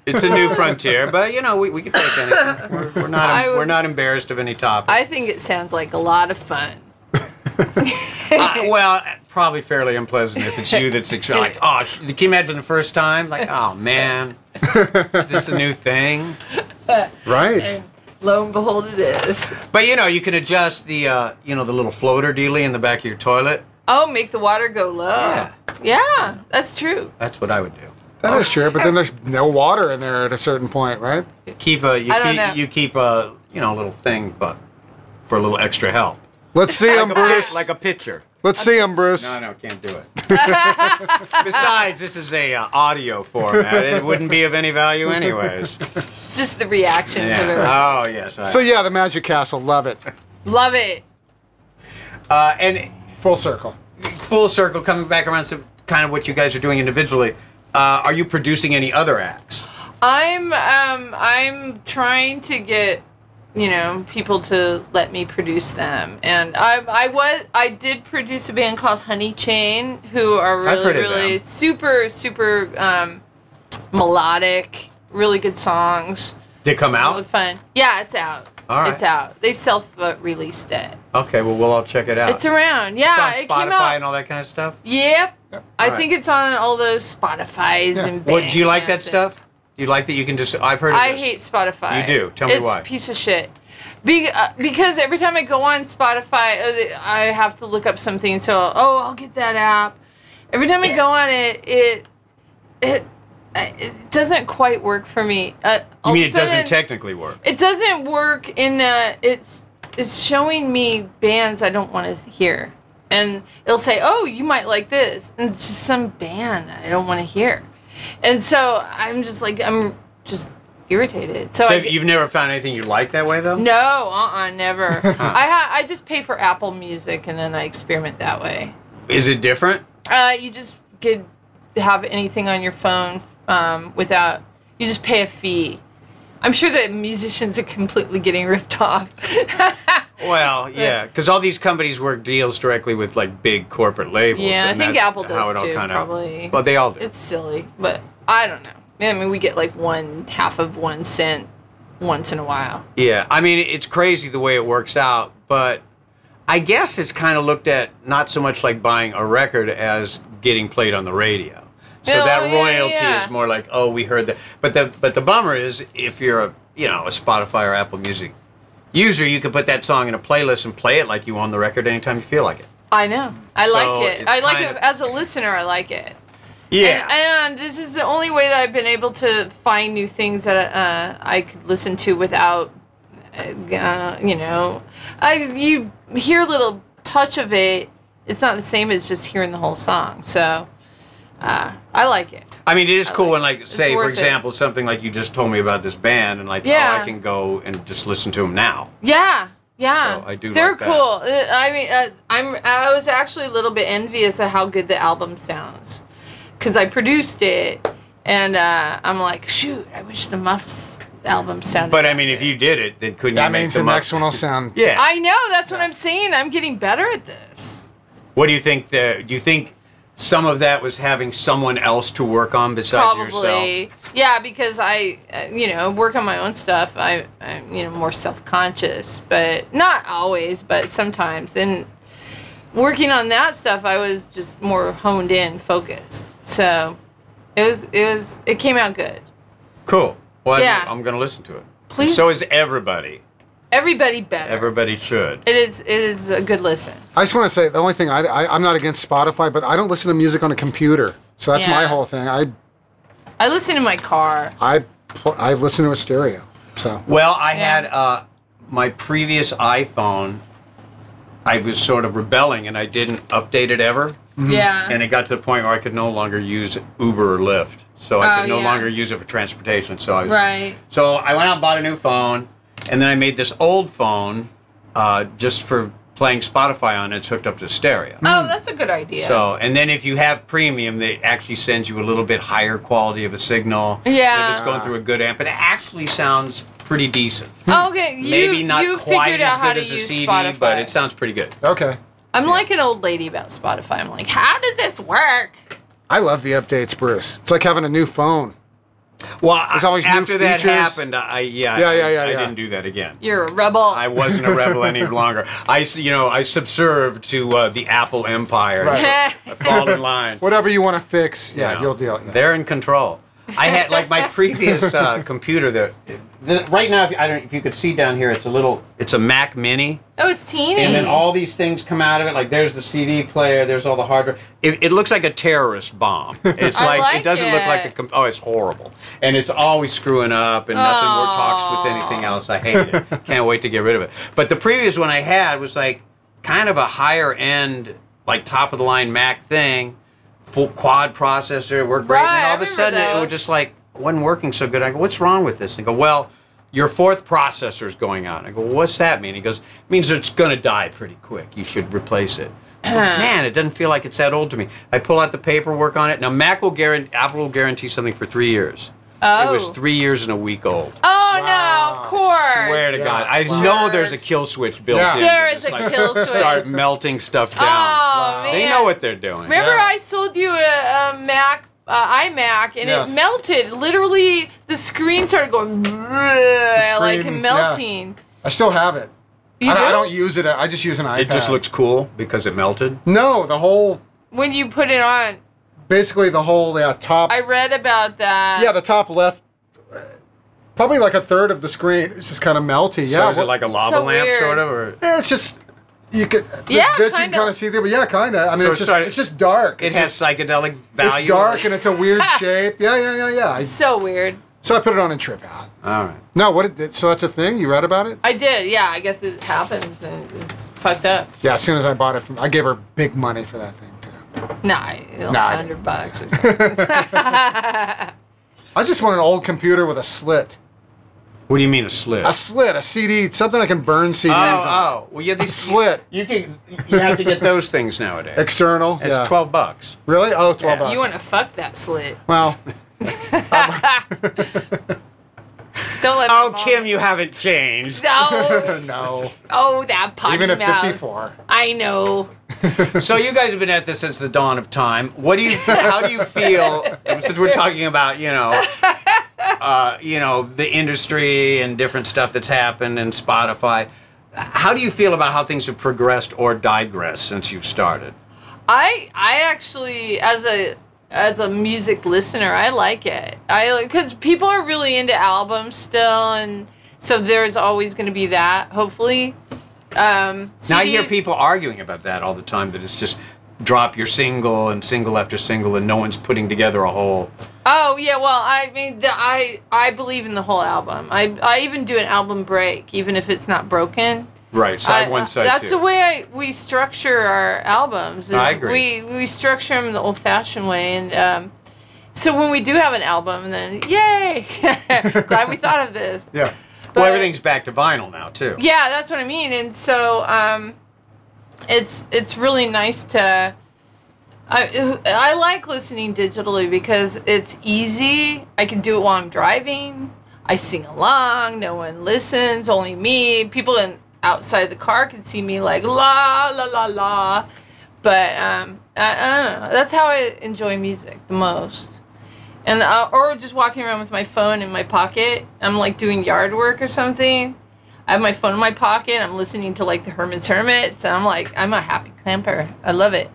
Speaker 3: It's a new frontier, but you know we, we can take anything. We're, we're not
Speaker 2: I would-
Speaker 3: we're not embarrassed of any topic.
Speaker 2: I think it sounds like a lot of fun.
Speaker 3: Uh, well, probably fairly unpleasant if it's you that's ex- like, oh, sh- can you imagine the first time? Like, oh man, is this a new thing?
Speaker 4: Right.
Speaker 2: Lo and behold, it is.
Speaker 3: But you know, you can adjust the uh, you know the little floater dealie in the back of your toilet.
Speaker 2: Oh, make the water go low.
Speaker 3: Yeah.
Speaker 2: Yeah, that's true.
Speaker 3: That's what I would do.
Speaker 4: That is true, but then there's no water in there at a certain point, right?
Speaker 3: Keep a you
Speaker 2: I don't
Speaker 3: keep
Speaker 2: know.
Speaker 3: you keep a you know little thing, but for a little extra help,
Speaker 4: Let's see him, Bruce.
Speaker 3: like a pitcher.
Speaker 4: Let's see him, Bruce.
Speaker 3: No, no, can't do it. Besides, this is a uh, audio format. It wouldn't be of any value anyways.
Speaker 2: Just the reactions of everyone.
Speaker 3: Yeah. Oh yes. I-
Speaker 4: So yeah, the Magic Castle, love it.
Speaker 2: Love it.
Speaker 3: uh, and
Speaker 4: Full circle.
Speaker 3: full circle, coming back around to kind of what you guys are doing individually. Uh, are you producing any other acts?
Speaker 2: I'm um I'm trying to get you know people to let me produce them, and I I was I did produce a band called Honey Chain, who are
Speaker 3: I've
Speaker 2: really
Speaker 3: heard of
Speaker 2: really
Speaker 3: them.
Speaker 2: super super um, melodic, really good songs,
Speaker 3: They come
Speaker 2: really
Speaker 3: out.
Speaker 2: fun. Yeah, it's out.
Speaker 3: All right.
Speaker 2: It's out. They self uh, released it.
Speaker 3: Okay, well we'll all check it out.
Speaker 2: It's around. Yeah,
Speaker 3: Oh. It's on
Speaker 2: it came
Speaker 3: Spotify
Speaker 2: out.
Speaker 3: and all that kind of stuff.
Speaker 2: Yep. I
Speaker 3: Alright.
Speaker 2: think it's on all those Spotify's
Speaker 4: Yeah.
Speaker 2: and.
Speaker 3: What do you like
Speaker 2: Bandcamp
Speaker 3: that
Speaker 2: and-
Speaker 3: stuff? Do you like that you can just? I've heard. Of
Speaker 2: I
Speaker 3: this.
Speaker 2: hate Spotify.
Speaker 3: You do. Tell me
Speaker 2: it's
Speaker 3: why.
Speaker 2: a piece of shit. Be, uh, because every time I go on Spotify, uh, th- I have to look up something. So, oh, I'll get that app. Every time I go on it, it it I- it doesn't quite work for me. Uh,
Speaker 3: You
Speaker 2: all
Speaker 3: mean
Speaker 2: of
Speaker 3: it
Speaker 2: a sudden-
Speaker 3: doesn't technically work?
Speaker 2: It doesn't work in that it's it's showing me bands I don't want to hear, and it'll say, "Oh, you might like this," and it's just some band that I don't want to hear, and so I'm just like I'm just irritated. So,
Speaker 3: So
Speaker 2: I,
Speaker 3: you've never found anything you like that way though?
Speaker 2: no, uh-uh, never. I ha- I just pay for Apple Music and then I experiment that way.
Speaker 3: Is it different?
Speaker 2: Uh, you just could have anything on your phone um, without. You just pay a fee. I'm sure that musicians are completely getting ripped off.
Speaker 3: Well, yeah, because all these companies work deals directly with like big corporate labels.
Speaker 2: Yeah, I
Speaker 3: and
Speaker 2: think
Speaker 3: that's
Speaker 2: Apple does
Speaker 3: how it all
Speaker 2: too,
Speaker 3: kinda-
Speaker 2: probably.
Speaker 3: Well, they all do.
Speaker 2: it's silly, but I don't know. I mean, we get like one half of one cent once in a while.
Speaker 3: Yeah, I mean it's crazy the way it works out, but I guess it's kind of looked at not so much like buying a record as getting played on the radio. So
Speaker 2: Oh,
Speaker 3: that
Speaker 2: yeah,
Speaker 3: royalty
Speaker 2: yeah.
Speaker 3: is more like, oh, we heard that. But the but the bummer is if you're a you know a Spotify or Apple Music user, you can put that song in a playlist and play it like you own the record anytime you feel like it.
Speaker 2: I know. I
Speaker 3: So
Speaker 2: like it.
Speaker 3: it's
Speaker 2: I like
Speaker 3: kind
Speaker 2: it
Speaker 3: of-
Speaker 2: as a listener. I like it.
Speaker 3: Yeah,
Speaker 2: And, and this is the only way that I've been able to find new things that uh, I could listen to without, uh, you know, I you hear a little touch of it. It's not the same as just hearing the whole song. So, uh, I like it.
Speaker 3: I mean it is cool when like say
Speaker 2: worth
Speaker 3: for
Speaker 2: it.
Speaker 3: example something like you just told me about this band and like
Speaker 2: Yeah.
Speaker 3: oh I can go and just listen to them now.
Speaker 2: Yeah, yeah.
Speaker 3: So I do
Speaker 2: They're
Speaker 3: like that.
Speaker 2: cool. Uh, I mean, uh, I'm. I was actually a little bit envious of how good the album sounds, because I produced it, and uh, I'm like, shoot, I wish the Muffs album sounded.
Speaker 3: But I mean if you did it, then couldn't you
Speaker 4: That
Speaker 3: make
Speaker 4: means
Speaker 3: them
Speaker 4: the
Speaker 3: up?
Speaker 4: next one will sound.
Speaker 3: Yeah.
Speaker 2: I know that's what I'm saying. I'm getting better at this.
Speaker 3: What do you think? The do you think some of that was having someone else to work on besides
Speaker 2: Probably,
Speaker 3: yourself?
Speaker 2: yeah, because I, uh, you know, work on my own stuff. I, I'm, you know, more self-conscious, but not always, but sometimes. And working on that stuff, I was just more honed in, focused. So it was, it was, it came out good.
Speaker 3: Cool. Well, I'm-
Speaker 2: Yeah.
Speaker 3: I'm, going to listen to it.
Speaker 2: Please.
Speaker 3: So is everybody.
Speaker 2: Everybody better.
Speaker 3: Everybody should.
Speaker 2: it is, it is a good listen.
Speaker 4: I just want to say the only thing I, I am not against Spotify, but I don't listen to music on a computer, so that's my
Speaker 2: Yeah.
Speaker 4: whole thing. I
Speaker 2: I listen in my car.
Speaker 4: I pl- I listen to a stereo, so
Speaker 3: Well, I
Speaker 2: Yeah.
Speaker 3: had uh, my previous iPhone. I was sort of rebelling, and I didn't update it ever.
Speaker 2: Yeah.
Speaker 3: Mm-hmm. And it got to the point where I could no longer use Uber or Lyft, so I
Speaker 2: Oh,
Speaker 3: could no
Speaker 2: yeah.
Speaker 3: longer use it for transportation. So I was
Speaker 2: right.
Speaker 3: So I went out and bought a new phone, and then I made this old phone uh, just for playing Spotify on. it. It's hooked up to stereo.
Speaker 2: Oh, that's a good idea.
Speaker 3: So, and then if you have premium, they actually send you a little bit higher quality of a signal. And
Speaker 2: Yeah.
Speaker 3: If it's going through a good amp, it actually sounds pretty decent.
Speaker 2: Oh, okay, you,
Speaker 3: Maybe not
Speaker 2: you
Speaker 3: quite
Speaker 2: figured out
Speaker 3: as
Speaker 2: how
Speaker 3: good
Speaker 2: to
Speaker 3: as a
Speaker 2: use
Speaker 3: CD,
Speaker 2: Spotify.
Speaker 3: but it sounds pretty good.
Speaker 4: okay.
Speaker 2: I'm like an old lady about Spotify. I'm like, how does this work?
Speaker 4: I love the updates, Bruce. It's like having a new phone.
Speaker 3: Well,
Speaker 4: There's always new
Speaker 3: after that
Speaker 4: features.
Speaker 3: happened, I yeah,
Speaker 4: Yeah,
Speaker 3: I-
Speaker 4: yeah, yeah,
Speaker 3: I
Speaker 4: yeah.
Speaker 3: didn't do that again.
Speaker 2: You're a rebel.
Speaker 3: I wasn't a rebel any longer. I, s- you know, I subserved to uh, the Apple Empire.
Speaker 4: Right.
Speaker 3: I fall in line.
Speaker 4: Whatever you want to fix, yeah,
Speaker 3: know.
Speaker 4: you'll deal with that.
Speaker 3: They're in control. I had like my previous uh, computer. There, the, right now, if, I don't. If you could see down here, it's a little. It's a Mac Mini,
Speaker 2: oh, it's teeny.
Speaker 3: and then all these things come out of it. Like there's the CD player. There's all the hardware. It, it looks like a terrorist bomb. It's
Speaker 2: I
Speaker 3: like,
Speaker 2: like
Speaker 3: it doesn't look like a.
Speaker 2: it.
Speaker 3: Com- oh, it's horrible, and it's always screwing up, and nothing more talks with anything else. I hate it. Can't wait to get rid of it. But the previous one I had was like kind of a higher end, like top of the line Mac thing full quad processor, worked great.
Speaker 2: Right,
Speaker 3: and
Speaker 2: I
Speaker 3: then all of a
Speaker 2: remember
Speaker 3: sudden, it
Speaker 2: those.
Speaker 3: was just like wasn't working so good. I go, what's wrong with this? They go, well, your fourth processor is going out. I go, well, what's that mean? He goes, it means it's going to die pretty quick. You should replace it. I go, Man, it doesn't feel like it's that old to me. I pull out the paperwork on it. Now, Mac will guarantee, Apple will guarantee something for three years. It was
Speaker 2: Oh.
Speaker 3: three years and a week old.
Speaker 2: oh no, of course.
Speaker 3: Swear to
Speaker 4: Yeah.
Speaker 3: God, I
Speaker 4: Wow.
Speaker 3: know there's a kill switch built
Speaker 4: Yeah.
Speaker 3: in.
Speaker 2: There
Speaker 3: to
Speaker 2: is
Speaker 3: just,
Speaker 2: a kill
Speaker 3: Start
Speaker 2: switch.
Speaker 3: melting stuff down.
Speaker 2: oh man.
Speaker 3: They know what they're doing.
Speaker 2: Remember,
Speaker 4: Yeah.
Speaker 2: I sold you a, a Mac, uh, iMac, and
Speaker 4: Yes.
Speaker 2: it melted. Literally, the screen started going like
Speaker 4: screen,
Speaker 2: melting.
Speaker 4: I still have it.
Speaker 2: You
Speaker 4: I, don't, I
Speaker 2: do?
Speaker 4: don't use it. I just use an iPad.
Speaker 3: It just looks cool because it melted.
Speaker 4: No, the whole
Speaker 2: When you put it on,
Speaker 4: basically the whole yeah, top.
Speaker 2: I read about that.
Speaker 4: yeah, the top left. uh, Probably like a third of the screen. It's just kind of melty. Yeah,
Speaker 3: so is
Speaker 4: well-
Speaker 3: it like a lava
Speaker 2: so
Speaker 3: lamp
Speaker 2: weird.
Speaker 3: sort of, or
Speaker 4: Yeah, it's just you could.
Speaker 2: Yeah,
Speaker 4: bits you can
Speaker 2: kinda.
Speaker 4: kind of see there, but yeah, kind of. I mean,
Speaker 3: So
Speaker 4: it's just
Speaker 3: sorry,
Speaker 4: it's just dark.
Speaker 3: it
Speaker 4: It's
Speaker 3: has
Speaker 4: just-
Speaker 3: psychedelic value?
Speaker 4: It's dark and it's a weird shape. Yeah, yeah, yeah, yeah. I-
Speaker 2: So weird.
Speaker 4: so I put it on and trip out.
Speaker 3: All right.
Speaker 4: No, what? Did, so that's a thing. You read about it?
Speaker 2: I did. Yeah, I guess it happens and it's fucked up.
Speaker 4: Yeah. As soon as I bought it from, I gave her big money for that thing too.
Speaker 2: Nah,
Speaker 4: Nah, I
Speaker 2: nah hundred
Speaker 4: didn't.
Speaker 2: bucks. Or something.
Speaker 4: I just want an old computer with a slit,
Speaker 3: What do you mean a slit?
Speaker 4: a slit, a CD, something I can burn CDs on.
Speaker 3: oh, oh, well, yeah, these
Speaker 4: Slit.
Speaker 3: You can, you have to get those things nowadays.
Speaker 4: External.
Speaker 3: oh. It's
Speaker 4: yeah.
Speaker 3: twelve bucks.
Speaker 4: Really? Oh, 12 bucks.
Speaker 2: you want to fuck that slit?
Speaker 4: well,
Speaker 2: Don't let.
Speaker 3: Oh,
Speaker 2: my mom-
Speaker 3: Kim, you haven't changed.
Speaker 2: No.
Speaker 4: no.
Speaker 2: Oh, that potty
Speaker 4: Even at
Speaker 2: mouth.
Speaker 4: 54.
Speaker 2: I know.
Speaker 3: so you guys have been at this since the dawn of time. What do you? How do you feel? Since we're talking about you know, uh, you know the industry and different stuff that's happened and Spotify. How do you feel about how things have progressed or digressed since you've started?
Speaker 2: I I actually as a as a music listener, I like it. I because people are really into albums still, and so there's always going to be that. Hopefully, um,
Speaker 3: Now I hear
Speaker 2: CDs
Speaker 3: people arguing about that all the time. That it's just drop your single and single after single, and no one's putting together a whole.
Speaker 2: Oh yeah, well I mean the, I I believe in the whole album. I I even do an album break, even if it's not broken.
Speaker 3: Right, side
Speaker 2: I- uh,
Speaker 3: one, side
Speaker 2: That's
Speaker 3: two.
Speaker 2: the way I, we structure our albums. is
Speaker 3: I agree.
Speaker 2: We we structure them the old-fashioned way, and um, so when we do have an album, then yay! Glad we thought of this.
Speaker 4: Yeah.
Speaker 3: well,
Speaker 2: but-
Speaker 3: everything's back to vinyl now too.
Speaker 2: Yeah, that's what I mean. And so um, it's it's really nice to. I, I like listening digitally because it's easy. I can do it while I'm driving. I sing along. No one listens. Only me. People in outside the car can see me like la la la la. But um, I, I don't know. That's how I enjoy music the most and uh, or just walking around with my phone in my pocket. I'm like doing yard work or something. I have my phone in my pocket. I'm listening to like the Herman's Hermits. And I'm like, I'm a happy clamper. I love it.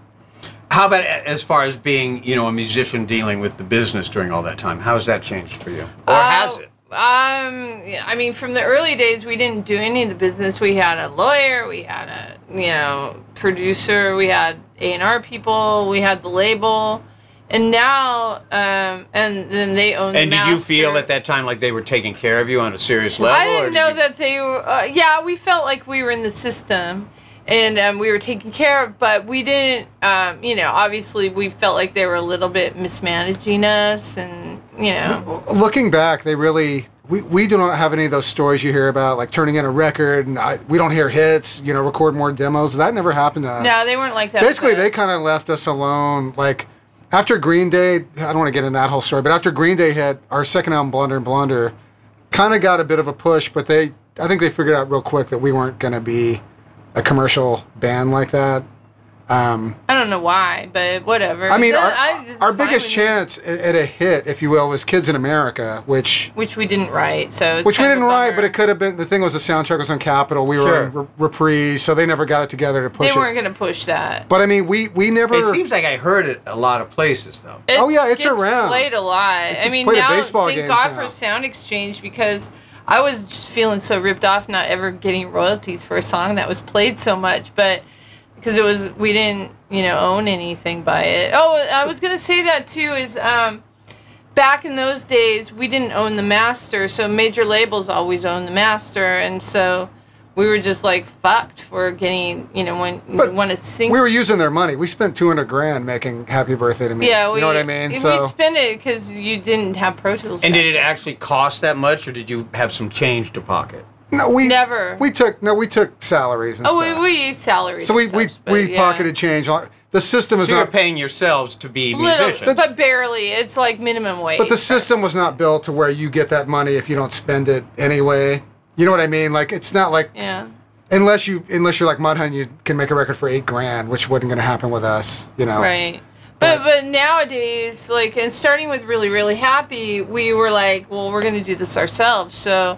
Speaker 3: How about a- as far as being, you know, a musician dealing with the business during all that time? How has that changed for you, or has
Speaker 2: Uh,
Speaker 3: it?
Speaker 2: Um, yeah, I mean, from the early days, we didn't do any of the business. We had a lawyer, we had a you know producer, we had A and R people, we had the label, and now um, and then they own.
Speaker 3: And
Speaker 2: the
Speaker 3: did you feel
Speaker 2: master.
Speaker 3: at that time like they were taking care of you on a serious level?
Speaker 2: I
Speaker 3: or
Speaker 2: didn't
Speaker 3: did
Speaker 2: know
Speaker 3: you-
Speaker 2: that they were. Uh, yeah, we felt like we were in the system, and um, we were taken care of, but we didn't. Um, you know, obviously, we felt like they were a little bit mismanaging us, and you know,
Speaker 4: Looking back, they really. We, we do not have any of those stories you hear about, like turning in a record, and I, we don't hear hits, you know, record more demos. That never happened to us.
Speaker 2: no, they weren't like that. with
Speaker 4: Basically, they
Speaker 2: us.
Speaker 4: kind of left us alone. Like, after Green Day, I don't want to get into that whole story, but after Green Day hit, our second album, Blunder and Blunder, kind of got a bit of a push, but they, I think they figured out real quick that we weren't going to be a commercial band like that.
Speaker 2: I don't know why, but whatever.
Speaker 4: I mean,
Speaker 2: It
Speaker 4: our,
Speaker 2: does- I- it's
Speaker 4: our
Speaker 2: fine
Speaker 4: biggest
Speaker 2: with me.
Speaker 4: chance a- at a hit, if you will, was Kids in America, which
Speaker 2: which we didn't write, so it's
Speaker 4: which we
Speaker 2: kind of
Speaker 4: didn't
Speaker 2: a
Speaker 4: write,
Speaker 2: bummer.
Speaker 4: but it could have been. The thing was, the soundtrack was on Capitol. We were in
Speaker 3: Sure.
Speaker 4: re- reprise, so they never got it together to push
Speaker 2: they weren't
Speaker 4: it.
Speaker 2: going to push that.
Speaker 4: But I mean, we we never.
Speaker 3: It seems like I heard it a lot of places though.
Speaker 2: It's,
Speaker 4: Oh, yeah, it's
Speaker 2: gets
Speaker 4: around.
Speaker 2: Played a lot. I mean,
Speaker 4: played at
Speaker 2: now
Speaker 4: baseball
Speaker 2: thank
Speaker 4: games
Speaker 2: God
Speaker 4: now.
Speaker 2: for Sound Exchange because I was just feeling so ripped off not ever getting royalties for a song that was played so much, but because it was we didn't you know own anything by it. Oh, I was gonna say that too is um, back in those days we didn't own the master, so major labels always owned the master, and so. We were just like fucked for getting, you know, when you
Speaker 4: But
Speaker 2: want to sing.
Speaker 4: we were using their money. We spent two hundred grand making "Happy Birthday to Me."
Speaker 2: Yeah, we,
Speaker 4: you know what I mean.
Speaker 2: We
Speaker 4: So
Speaker 2: spent it because you didn't have Pro Tools.
Speaker 3: And
Speaker 2: back
Speaker 3: did it
Speaker 2: then.
Speaker 3: actually cost that much, or did you have some change to pocket?
Speaker 4: no, we
Speaker 2: Never.
Speaker 4: We took no, we took salaries and stuff.
Speaker 2: Oh, we, we used salary.
Speaker 4: so we we, we pocketed change. The system is
Speaker 3: So you're
Speaker 4: not.
Speaker 3: paying yourselves to be
Speaker 2: Little,
Speaker 3: musicians.
Speaker 2: but barely. It's like minimum wage.
Speaker 4: But the system was not built to where you get that money if you don't spend it anyway. You know what I mean? Like it's not like
Speaker 2: yeah.
Speaker 4: unless you unless you're like Mudhun, you can make a record for eight grand, which wasn't going to happen with us. You know,
Speaker 2: Right. But but nowadays, like, and starting with really really happy, we were like, well, we're gonna do this ourselves. So,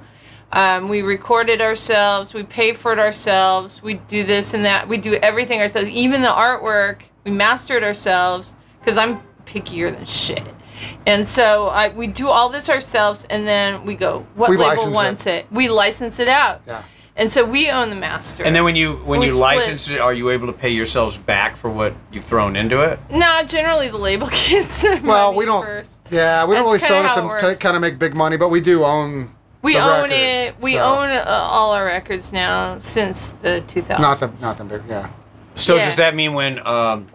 Speaker 2: um, we recorded ourselves, we paid for it ourselves, we do this and that, we do everything ourselves, even the artwork, we mastered ourselves because I'm pickier than shit. And so I, we do all this ourselves, and then we go, what
Speaker 4: We
Speaker 2: label
Speaker 4: license
Speaker 2: wants
Speaker 4: it.
Speaker 2: it. We license it out.
Speaker 4: Yeah.
Speaker 2: And so we own the master.
Speaker 3: and then when you when
Speaker 2: We
Speaker 3: you
Speaker 2: split.
Speaker 3: license it, are you able to pay yourselves back for what you've thrown into it?
Speaker 2: nah, generally the label gets. their
Speaker 4: Well,
Speaker 2: money
Speaker 4: we don't.
Speaker 2: First.
Speaker 4: Yeah, we don't really
Speaker 2: That's
Speaker 4: sell
Speaker 2: kinda
Speaker 4: it
Speaker 2: how it
Speaker 4: to
Speaker 2: works.
Speaker 4: kind of make big money, but we do own.
Speaker 2: We
Speaker 4: the
Speaker 2: own
Speaker 4: records,
Speaker 2: it. We
Speaker 4: so-
Speaker 2: own uh, all our records now since the 2000s.
Speaker 4: Not the not the big. Yeah.
Speaker 3: So
Speaker 2: Yeah.
Speaker 3: does that mean when um,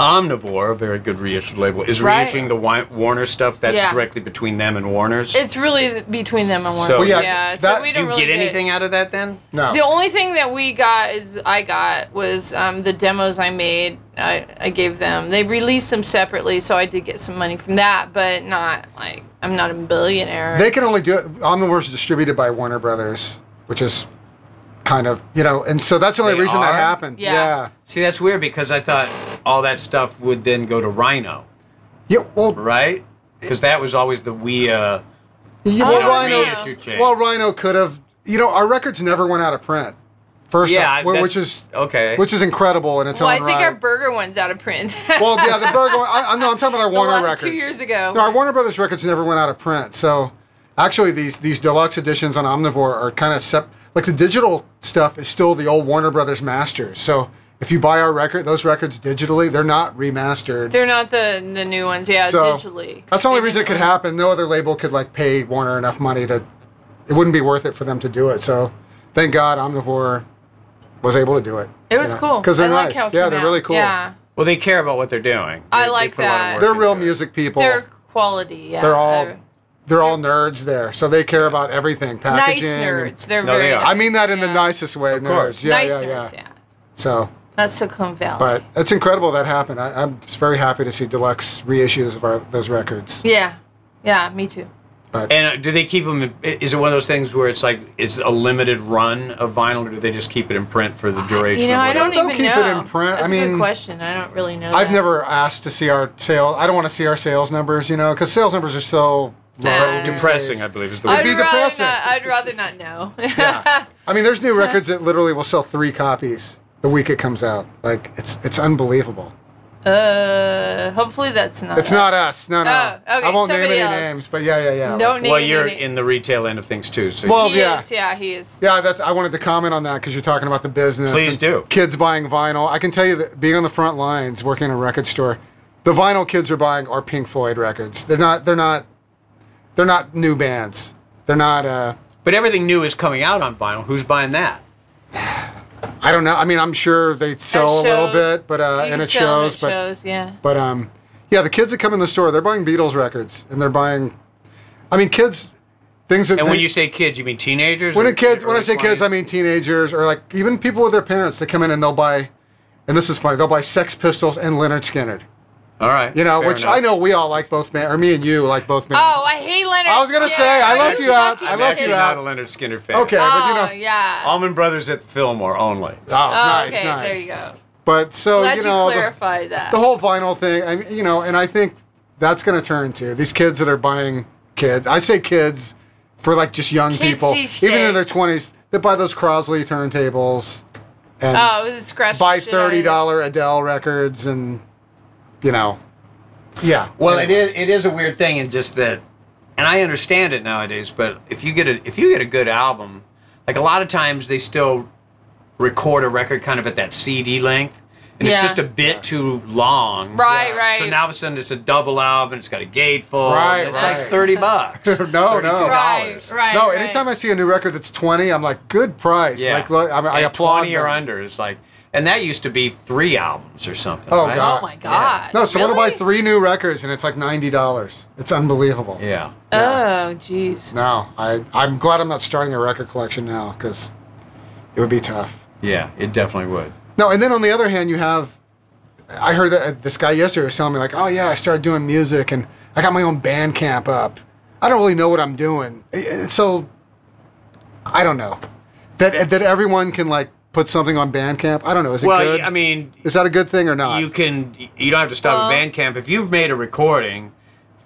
Speaker 3: Omnivore, a very good reissue label, is
Speaker 2: Right.
Speaker 3: reissuing the Wi- Warner stuff that's
Speaker 2: Yeah.
Speaker 3: directly between them and Warner's?
Speaker 2: It's really th- between them and Warner.
Speaker 3: So- Well,
Speaker 4: yeah,
Speaker 2: yeah,
Speaker 4: that-
Speaker 2: so we
Speaker 3: Do
Speaker 2: don't
Speaker 3: you
Speaker 2: really
Speaker 3: get anything out of that then?
Speaker 4: No.
Speaker 2: The only thing that we got is I got was um, the demos I made. I, I gave them. They released them separately, so I did get some money from that, but not like I'm not a billionaire.
Speaker 4: They can only do it. Omniverse is distributed by Warner Brothers, which is kind of you know, and so that's the only
Speaker 3: They
Speaker 4: reason that
Speaker 3: are?
Speaker 4: happened.
Speaker 2: Yeah.
Speaker 4: yeah.
Speaker 3: See, that's weird because I thought all that stuff would then go to Rhino,
Speaker 4: Yeah, Well,
Speaker 3: right? Because that was always the we uh,
Speaker 4: yeah,
Speaker 2: I
Speaker 4: well,
Speaker 2: don't
Speaker 4: Rhino.
Speaker 2: know.
Speaker 3: reissue chain.
Speaker 4: Well, Rhino could have. You know, our records never went out of print. First,
Speaker 3: Yeah,
Speaker 4: off, wh-
Speaker 3: that's-
Speaker 4: which is
Speaker 3: okay.
Speaker 4: which is incredible in its
Speaker 2: well, I
Speaker 4: own
Speaker 2: think
Speaker 4: right.
Speaker 2: our burger one's out of print.
Speaker 4: well, yeah, the burger. I, I, no, I'm talking about our Warner
Speaker 2: lot- two
Speaker 4: records.
Speaker 2: years ago.
Speaker 4: No, our Warner Brothers records never went out of print. So, actually, these these deluxe editions on Omnivore are kind of sep- like the digital stuff is still the old Warner Brothers masters. So, if you buy our record, those records digitally, they're not remastered.
Speaker 2: They're not the the new ones. Yeah,
Speaker 4: so
Speaker 2: digitally.
Speaker 4: that's the only
Speaker 2: They
Speaker 4: reason it
Speaker 2: didn't-
Speaker 4: could happen. No other label could like pay Warner enough money to. It wouldn't be worth it for them to do it. So, thank God Omnivore was able to do it.
Speaker 2: It was cool.
Speaker 4: because they're
Speaker 2: I like
Speaker 4: nice.
Speaker 2: how it
Speaker 4: yeah,
Speaker 2: came
Speaker 4: they're
Speaker 2: out.
Speaker 4: really cool.
Speaker 2: Yeah.
Speaker 3: well, they care about what they're doing.
Speaker 2: I
Speaker 3: They- they
Speaker 2: like
Speaker 3: put a lot of
Speaker 2: that.
Speaker 3: work
Speaker 4: They're
Speaker 3: into
Speaker 4: real
Speaker 3: it.
Speaker 4: music people.
Speaker 2: Their quality, yeah.
Speaker 4: They're all they're all nerds there, so they care about everything packaging.
Speaker 2: Uh, nice
Speaker 4: and-
Speaker 2: nerds. They're
Speaker 3: No,
Speaker 2: very
Speaker 3: they are.
Speaker 2: nice.
Speaker 4: I mean that in the
Speaker 2: Yeah.
Speaker 4: nicest way. nerds.
Speaker 3: course.
Speaker 4: Yeah,
Speaker 2: nice
Speaker 4: yeah, yeah,
Speaker 2: nerds, yeah.
Speaker 4: So,
Speaker 2: That's Silicon Valley.
Speaker 4: but it's incredible that happened. I, I'm just very happy to see deluxe reissues of our, those records.
Speaker 2: yeah. Yeah, me too.
Speaker 3: And uh, do they keep them? Is it one of those things where it's like it's a limited run of vinyl, or do they just keep it in print for the duration?
Speaker 2: You know,
Speaker 3: of
Speaker 2: I don't
Speaker 3: whatever?
Speaker 4: They'll
Speaker 2: even
Speaker 4: keep it
Speaker 2: know.
Speaker 4: in print. I
Speaker 2: That's a
Speaker 4: mean,
Speaker 2: good question. I don't really know.
Speaker 4: I've
Speaker 2: that.
Speaker 4: never asked to see our sales. I don't want to see our sales numbers, you know, because sales numbers are so low
Speaker 2: Uh,
Speaker 4: these
Speaker 3: Depressing,
Speaker 4: days.
Speaker 3: I believe, is the
Speaker 2: I'd
Speaker 3: word.
Speaker 4: be
Speaker 2: rather
Speaker 4: depressing.
Speaker 2: not. I'd rather not know.
Speaker 4: I mean, there's new records that literally will sell three copies the week it comes out. Like it's it's unbelievable.
Speaker 2: uh, hopefully that's not.
Speaker 4: It's not us. No, no.
Speaker 2: Oh, okay,
Speaker 4: I won't name
Speaker 2: somebody
Speaker 4: any
Speaker 2: else.
Speaker 4: names, but yeah, yeah, yeah.
Speaker 2: Don't name
Speaker 3: Well, you're
Speaker 2: any-
Speaker 3: in the retail end of things too, so
Speaker 4: Well,
Speaker 2: He
Speaker 4: oh, yeah.
Speaker 2: is. Yeah, he is.
Speaker 4: Yeah, that's. I wanted to comment on that because you're talking about the business.
Speaker 3: Please
Speaker 4: and
Speaker 3: do.
Speaker 4: Kids buying vinyl. I can tell you that being on the front lines, working in a record store, the vinyl kids are buying are Pink Floyd records. They're not. They're not. They're not new bands. They're not. Uh,
Speaker 3: But everything new is coming out on vinyl. Who's buying that?
Speaker 4: I don't know. I mean, I'm sure they sell
Speaker 2: At
Speaker 4: a little
Speaker 2: shows.
Speaker 4: bit, but uh,
Speaker 2: You
Speaker 4: and it
Speaker 2: sell 'em
Speaker 4: shows,
Speaker 2: at
Speaker 4: but
Speaker 2: shows, yeah.
Speaker 4: but um, yeah, the kids that come in the store, they're buying Beatles records and they're buying. I mean, kids, things that
Speaker 3: And when
Speaker 4: they-
Speaker 3: you say kids, you mean teenagers?
Speaker 4: When
Speaker 3: or
Speaker 4: the kids, when I
Speaker 3: early
Speaker 4: say kids,
Speaker 3: 20s?
Speaker 4: I mean teenagers or like even people with their parents that come in and they'll buy, and this is funny, they'll buy Sex Pistols and Leonard Skinner.
Speaker 3: all right.
Speaker 4: You know,
Speaker 3: fair
Speaker 4: which
Speaker 3: enough.
Speaker 4: I know we all like both bands, or me and you like both bands.
Speaker 2: Oh, I hate Leonard.
Speaker 4: I was gonna
Speaker 2: Skinner.
Speaker 4: say, I
Speaker 2: Are
Speaker 4: left you out.
Speaker 2: fucking
Speaker 4: I
Speaker 3: I'm
Speaker 4: left
Speaker 3: actually
Speaker 4: you
Speaker 2: kidding
Speaker 4: out.
Speaker 3: not a Leonard Skinner fan.
Speaker 4: Okay,
Speaker 2: Oh,
Speaker 4: but you know,
Speaker 2: yeah.
Speaker 3: Almond Brothers at Fillmore only.
Speaker 4: oh, nice,
Speaker 2: okay,
Speaker 4: nice.
Speaker 2: there you go.
Speaker 4: But so
Speaker 2: Glad you,
Speaker 4: you know, the-
Speaker 2: clarified that.
Speaker 4: the whole vinyl thing. I mean, you know, and I think that's going to turn to these kids that are buying kids. I say kids for like just young
Speaker 2: Kids
Speaker 4: people,
Speaker 2: these
Speaker 4: even in
Speaker 2: days.
Speaker 4: their twenties, that buy those Crosley turntables and
Speaker 2: oh, it was a scratch.
Speaker 4: buy
Speaker 2: the shit out of
Speaker 4: thirty
Speaker 2: it.
Speaker 4: dollar Adele records, and you know, yeah.
Speaker 3: Well,
Speaker 4: Anyway.
Speaker 3: it is it is a weird thing, and just that, and I understand it nowadays. But if you get a if you get a good album, like a lot of times they still record a record kind of at that CD length, and
Speaker 2: Yeah.
Speaker 3: it's just a bit too long.
Speaker 2: Right,
Speaker 4: Yeah.
Speaker 2: right.
Speaker 3: So now all of a sudden it's a double album. It's got a gatefold.
Speaker 4: Right,
Speaker 3: It's
Speaker 4: right.
Speaker 3: like thirty bucks.
Speaker 4: No, no.
Speaker 3: $32.
Speaker 2: right, right.
Speaker 4: No,
Speaker 2: right.
Speaker 4: anytime I see a new record that's twenty, I'm like, good price.
Speaker 3: Yeah.
Speaker 4: Like, look, I, mean, I
Speaker 3: At
Speaker 4: applaud
Speaker 3: 20 or
Speaker 4: them.
Speaker 3: under is like, and that used to be three albums or something.
Speaker 4: Oh,
Speaker 3: right?
Speaker 4: God.
Speaker 2: Oh my god.
Speaker 4: No, someone will buy
Speaker 2: Really?
Speaker 4: three new records, and it's like ninety dollars. It's unbelievable.
Speaker 3: Yeah.
Speaker 2: Oh, jeez.
Speaker 4: No, I I'm glad I'm not starting a record collection now because it would be tough.
Speaker 3: Yeah. It definitely would.
Speaker 4: No, and then on the other hand, you have. I heard that uh, this guy yesterday was telling me like, oh yeah, I started doing music and I got my own Bandcamp up. I don't really know what I'm doing, I- uh, and so I don't know that that everyone can like put something on Bandcamp. I don't know. Is it
Speaker 3: Well,
Speaker 4: good?
Speaker 3: I mean,
Speaker 4: is that a good thing or not?
Speaker 3: you can you don't have to stop
Speaker 2: Well-
Speaker 3: at Bandcamp. If you've made a recording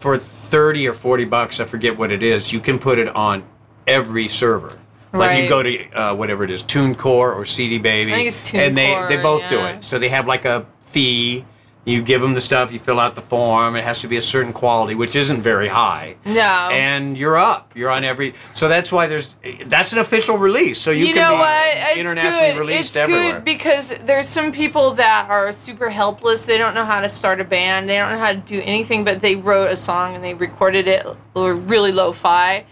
Speaker 3: for thirty or forty bucks, I forget what it is, you can put it on every server. Like
Speaker 2: Right.
Speaker 3: you go to uh, whatever it is, TuneCore or CD Baby,
Speaker 2: I think it's
Speaker 3: and they
Speaker 2: TuneCore,
Speaker 3: they both do
Speaker 2: yeah.
Speaker 3: it. So they have like a fee. You give them the stuff, you fill out the form. It has to be a certain quality, which isn't very high.
Speaker 2: No.
Speaker 3: And you're up. You're on every. So that's why there's. That's an official release. So you,
Speaker 2: You,
Speaker 3: can
Speaker 2: know
Speaker 3: be
Speaker 2: what? It's
Speaker 3: internationally
Speaker 2: good.
Speaker 3: released
Speaker 2: It's
Speaker 3: everywhere.
Speaker 2: good because there's some people that are super helpless. They don't know how to start a band. They don't know how to do anything, but they wrote a song and they recorded it or really lo-fi.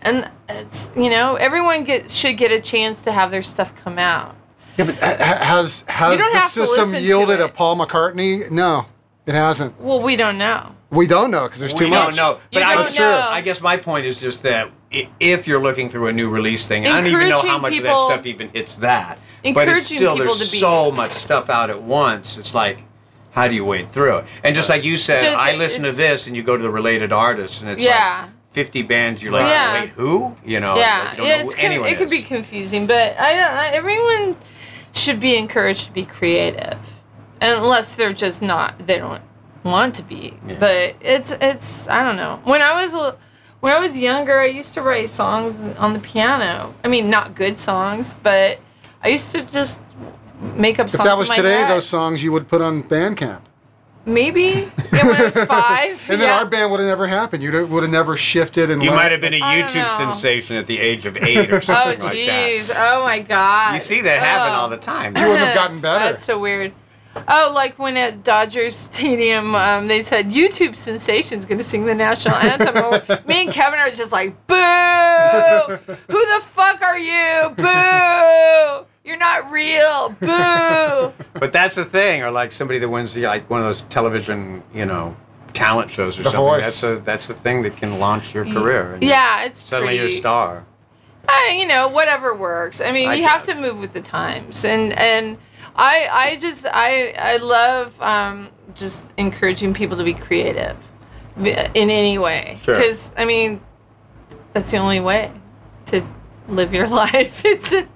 Speaker 2: And it's you know everyone get, should get a chance to have their stuff come out.
Speaker 4: Yeah, but uh, ha- ha- has has
Speaker 2: You don't
Speaker 4: the
Speaker 2: have to
Speaker 4: system
Speaker 2: listen to
Speaker 4: yielded
Speaker 2: it.
Speaker 4: a Paul McCartney? No, it hasn't.
Speaker 2: Well, we don't know.
Speaker 4: We don't know because there's too
Speaker 3: we don't
Speaker 4: much.
Speaker 3: know.
Speaker 2: You
Speaker 3: But I,
Speaker 2: don't
Speaker 3: guess-
Speaker 2: know.
Speaker 3: I guess my point is just that i- if you're looking through a new release thing, and I don't even know how
Speaker 2: Encouraging
Speaker 3: much
Speaker 2: people-
Speaker 3: of that stuff even hits that. But it's
Speaker 2: Encouraging
Speaker 3: still
Speaker 2: people
Speaker 3: there's
Speaker 2: to be-
Speaker 3: so much stuff out at once. It's like, how do you wade through it? And just like you said,
Speaker 2: Just-
Speaker 3: I listen to
Speaker 2: it's-
Speaker 3: this, and you go to the related artists, and it's
Speaker 2: Yeah.
Speaker 3: like 50 bands. You're like,
Speaker 2: Yeah.
Speaker 3: wait, who? You know?
Speaker 2: yeah,
Speaker 3: like, you don't
Speaker 2: yeah
Speaker 3: know
Speaker 2: it's
Speaker 3: who
Speaker 2: con-
Speaker 3: anyone
Speaker 2: it could be
Speaker 3: is.
Speaker 2: confusing, but I don't. I, everyone should be encouraged to be creative, unless they're just not. They don't want to be. But it's it's I don't know. When I was a- when I was younger, I used to write songs on the piano. I mean, not good songs, but I used to just make up
Speaker 4: If
Speaker 2: songs.
Speaker 4: that was
Speaker 2: in my
Speaker 4: today,
Speaker 2: head.
Speaker 4: those songs you would put on Bandcamp,
Speaker 2: maybe yeah, when I was five.
Speaker 4: and then
Speaker 2: yeah.
Speaker 4: our band would have never happened. You would have never shifted and
Speaker 3: You
Speaker 4: learned.
Speaker 3: might have been a
Speaker 2: I don't
Speaker 3: YouTube
Speaker 2: know.
Speaker 3: sensation at the age of eight or
Speaker 2: Oh
Speaker 3: something like
Speaker 2: jeez!
Speaker 3: that.
Speaker 2: oh my god!
Speaker 3: You see that happen
Speaker 2: Oh.
Speaker 3: all the time.
Speaker 4: You wouldn't have gotten better.
Speaker 2: That's so weird. Oh, like when at Dodgers Stadium, um, they said YouTube sensation's going to sing the national anthem. And Me and Kevin are just like, boo! Who the fuck are you? Boo! You're not real. Boo!
Speaker 3: But that's the thing, or like somebody that wins the like one of those television, you know, talent shows or
Speaker 4: The
Speaker 3: something.
Speaker 4: Voice.
Speaker 3: That's a that's a thing that can launch your career. and
Speaker 2: Yeah, it's
Speaker 3: Suddenly
Speaker 2: pretty,
Speaker 3: you're a star.
Speaker 2: I, you know, whatever works. I mean,
Speaker 3: I
Speaker 2: you have
Speaker 3: guess.
Speaker 2: to move with the times, and and I I just I I love um, just encouraging people to be creative v- in any way
Speaker 3: Sure.
Speaker 2: because I mean that's the only way to live your life is to,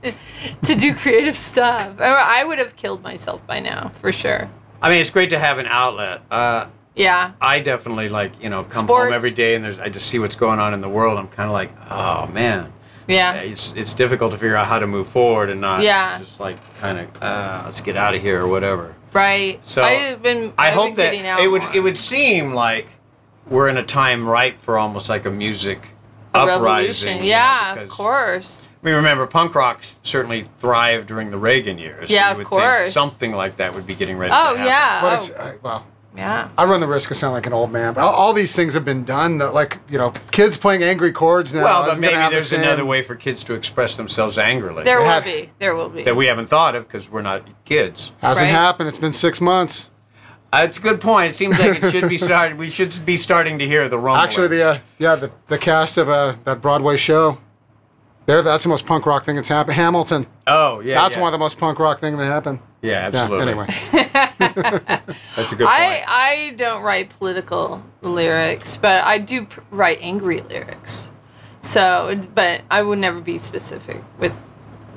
Speaker 2: to do creative stuff. Or I would have killed myself by now for sure.
Speaker 3: I mean, it's great to have an outlet. Uh,
Speaker 2: Yeah.
Speaker 3: I definitely like you know come
Speaker 2: Sports.
Speaker 3: home every day and there's I just see what's going on in the world. I'm kind of like, oh man, Uh,
Speaker 2: Yeah.
Speaker 3: it's it's difficult to figure out how to move forward and not
Speaker 2: Yeah.
Speaker 3: just like kind of uh, let's get out of here or whatever.
Speaker 2: Right.
Speaker 3: So
Speaker 2: I've been.
Speaker 3: I
Speaker 2: I've
Speaker 3: hope
Speaker 2: been
Speaker 3: that
Speaker 2: getting out
Speaker 3: it would
Speaker 2: more.
Speaker 3: it would seem like we're in a time ripe for almost like a music
Speaker 2: A
Speaker 3: uprising. you know,
Speaker 2: Yeah, of
Speaker 3: because-
Speaker 2: course.
Speaker 3: I mean, remember, punk rock s- certainly thrived during the Reagan years.
Speaker 2: Yeah,
Speaker 3: you
Speaker 2: of
Speaker 3: would think
Speaker 2: course.
Speaker 3: something like that would be getting ready.
Speaker 2: Oh
Speaker 3: to happen.
Speaker 2: yeah.
Speaker 4: But
Speaker 2: oh,
Speaker 4: it's, I, well,
Speaker 2: yeah.
Speaker 4: I run the risk of sounding like an old man. But all, all these things have been done. That like you know, kids playing angry chords now.
Speaker 3: Well, but
Speaker 4: isn't gonna
Speaker 3: maybe
Speaker 4: have the
Speaker 3: there's
Speaker 4: same-
Speaker 3: another way for kids to express themselves angrily
Speaker 2: There will
Speaker 4: have-
Speaker 2: be. There will be.
Speaker 3: that we haven't thought of because we're not kids.
Speaker 4: Hasn't
Speaker 2: right?
Speaker 4: happened. It's been six months.
Speaker 3: Uh, it's a good point. It seems like it should be started. We should be starting to hear the rumblings.
Speaker 4: Actually, the uh, yeah, the, the cast of uh, that Broadway show. There, that's the most punk rock thing that's happened. Hamilton.
Speaker 3: oh yeah,
Speaker 4: That's
Speaker 3: yeah.
Speaker 4: one of the most punk rock thing that happened.
Speaker 3: Yeah, absolutely.
Speaker 4: anyway,
Speaker 3: That's a good point.
Speaker 2: I I don't write political lyrics, but I do pr- write angry lyrics. So, but I would never be specific with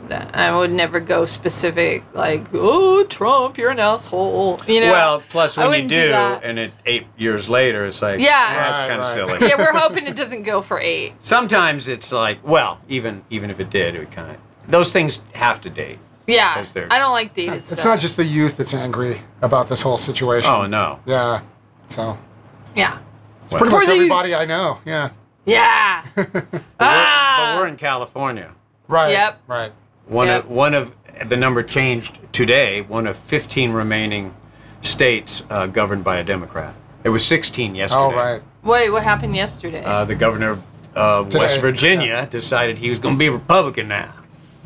Speaker 2: that. I would never go specific like, oh Trump, you're an asshole. You know.
Speaker 3: well, plus
Speaker 2: I
Speaker 3: when you
Speaker 2: wouldn't
Speaker 3: do,
Speaker 2: that.
Speaker 3: and it eight years later, it's like,
Speaker 2: Yeah.
Speaker 3: it's
Speaker 4: Right,
Speaker 3: kind of
Speaker 4: right.
Speaker 3: silly.
Speaker 2: yeah, we're hoping it doesn't go for eight.
Speaker 3: Sometimes it's like, well, even even if it did, it would kind of those things have to date.
Speaker 2: Yeah,
Speaker 3: Because they're-
Speaker 2: I don't like dated
Speaker 4: It's
Speaker 2: stuff.
Speaker 4: not just the youth that's angry about this whole situation.
Speaker 3: Oh no,
Speaker 4: Yeah. So
Speaker 2: yeah,
Speaker 3: Well,
Speaker 4: pretty
Speaker 2: For
Speaker 4: much
Speaker 2: the youth.
Speaker 4: everybody I know. Yeah.
Speaker 2: yeah. Ah!
Speaker 3: but we're in California.
Speaker 4: Right.
Speaker 2: Yep.
Speaker 4: Right.
Speaker 3: One
Speaker 2: Yep.
Speaker 3: of one of the number changed today. One of 15 remaining states uh, governed by a Democrat. It was 16 yesterday.
Speaker 4: All Oh, right.
Speaker 2: Wait, what happened yesterday?
Speaker 3: Uh, the governor of uh,
Speaker 4: Today,
Speaker 3: West Virginia decided he was going to be Republican now.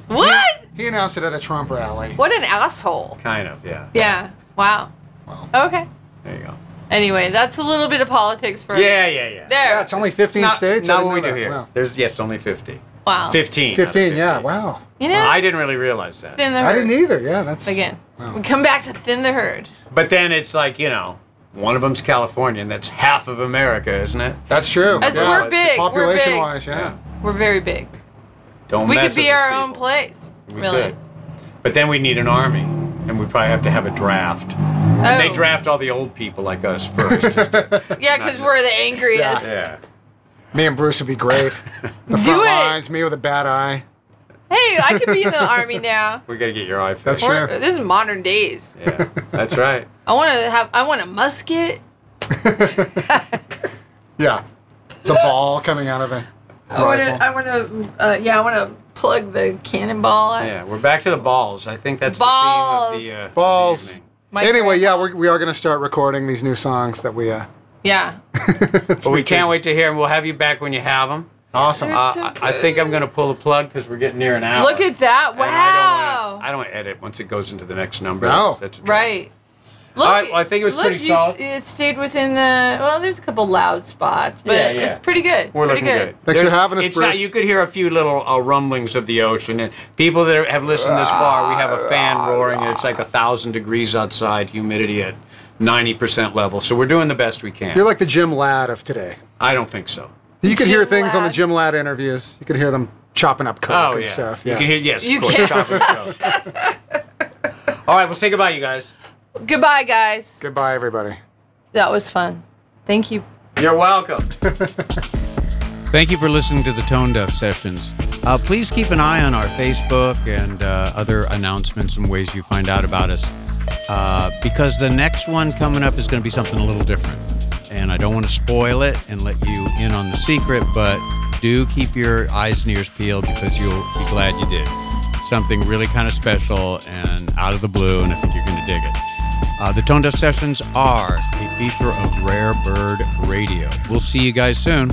Speaker 2: what?
Speaker 4: He announced it at a Trump rally.
Speaker 2: What an asshole.
Speaker 3: Kind of, yeah.
Speaker 2: Yeah. Wow.
Speaker 4: Wow.
Speaker 2: Okay.
Speaker 3: There you go.
Speaker 2: Anyway, that's a little bit of politics for
Speaker 3: Yeah, yeah, yeah.
Speaker 2: There.
Speaker 4: Yeah, it's only 15
Speaker 3: Not,
Speaker 4: states. I
Speaker 3: not
Speaker 4: didn't
Speaker 3: what we
Speaker 4: know
Speaker 3: do
Speaker 4: that.
Speaker 3: here.
Speaker 4: Wow.
Speaker 3: There's yes, only 50.
Speaker 2: Wow.
Speaker 3: 15. out of
Speaker 4: 15, yeah. Wow.
Speaker 2: You know,
Speaker 3: I didn't really realize that.
Speaker 2: thin the herd.
Speaker 4: I didn't Oh. either. Yeah, that's
Speaker 2: Again,
Speaker 4: Wow.
Speaker 2: we come back to thin the herd.
Speaker 3: But then it's like, you know, one of them's California, and that's half of America, isn't it?
Speaker 4: That's true.
Speaker 2: As
Speaker 3: we're
Speaker 4: it's
Speaker 2: big, we're big.
Speaker 4: Population wise, yeah.
Speaker 2: We're very big.
Speaker 3: Don't
Speaker 2: we
Speaker 3: mess
Speaker 2: could be
Speaker 3: with
Speaker 2: our
Speaker 3: these
Speaker 2: own
Speaker 3: people.
Speaker 2: place.
Speaker 3: We
Speaker 2: really.
Speaker 3: could. But then we need an army, and we probably have to have a draft. And they
Speaker 2: Oh.
Speaker 3: draft all the old people like us first. just to-
Speaker 2: Yeah, because we're the angriest.
Speaker 3: yeah.
Speaker 4: Me and Bruce would be great. The front
Speaker 2: it.
Speaker 4: lines, me with a bad eye.
Speaker 2: Hey, I could be in the army now.
Speaker 3: We got to get your eye fixed.
Speaker 4: That's
Speaker 2: Or-
Speaker 4: true.
Speaker 2: This is modern days.
Speaker 3: Yeah, that's right.
Speaker 2: I want to have. I want a musket.
Speaker 4: Yeah. The ball coming out of the
Speaker 2: I want to.
Speaker 4: rifle.
Speaker 2: I want to. Uh, yeah, I want to plug the cannonball. out.
Speaker 3: Yeah, we're back to the balls. I think that's the
Speaker 2: Balls.
Speaker 3: theme of the uh, the
Speaker 4: Balls.
Speaker 3: evening.
Speaker 2: My
Speaker 4: anyway,
Speaker 2: grandma.
Speaker 4: yeah, we're, we are going to start recording these new songs that we. Uh,
Speaker 2: Yeah.
Speaker 3: But we can't wait to hear them. We'll have you back when you have them.
Speaker 4: awesome.
Speaker 2: There's- So
Speaker 3: Uh, I, I think I'm going to pull a plug because we're getting near an hour.
Speaker 2: Look at that!
Speaker 3: And I don't,
Speaker 2: Wow.
Speaker 3: wanna, I don't wanna edit once it goes into the next number.
Speaker 4: No.
Speaker 3: That's, that's a drag.
Speaker 2: Right. Look,
Speaker 3: right, well, I think it was
Speaker 2: look,
Speaker 3: pretty
Speaker 2: you s-
Speaker 3: solid.
Speaker 2: It stayed within the well. There's a couple loud spots, but
Speaker 3: Yeah, yeah.
Speaker 2: it's pretty good.
Speaker 3: We're
Speaker 2: pretty
Speaker 3: looking good.
Speaker 4: Thanks for having us,
Speaker 3: It's not,
Speaker 4: Bruce.
Speaker 3: you could hear a few little uh, rumblings of the ocean, and people that have listened this far, we have a fan roaring, and it's like a thousand degrees outside, humidity at ninety percent level. So we're doing the best we can.
Speaker 4: You're like the Jim Ladd of today.
Speaker 3: I don't think so.
Speaker 4: You could
Speaker 2: Jim
Speaker 4: hear things on the
Speaker 2: Ladd.
Speaker 4: Jim Ladd interviews. You could hear them chopping up coke
Speaker 3: Oh
Speaker 4: and
Speaker 3: yeah.
Speaker 4: stuff.
Speaker 3: You
Speaker 4: Yeah.
Speaker 3: can hear yes.
Speaker 2: You
Speaker 3: of course,
Speaker 2: can.
Speaker 3: chocolate show. All right, well, say goodbye, you guys.
Speaker 2: good. Goodbye, guys.
Speaker 4: Goodbye, everybody.
Speaker 2: That was fun. Thank you.
Speaker 3: You're welcome. Thank you for listening to the Tone Deaf Sessions. Uh, please keep an eye on our Facebook and uh, other announcements and ways you find out about us uh, because the next one coming up is going to be something a little different. And I don't want to spoil it and let you in on the secret, but do keep your eyes and ears peeled because you'll be glad you did. Something really kind of special and out of the blue, and I think you're going to dig it. Uh, the Tone Deaf Sessions are a feature of Rare Bird Radio. We'll see you guys soon.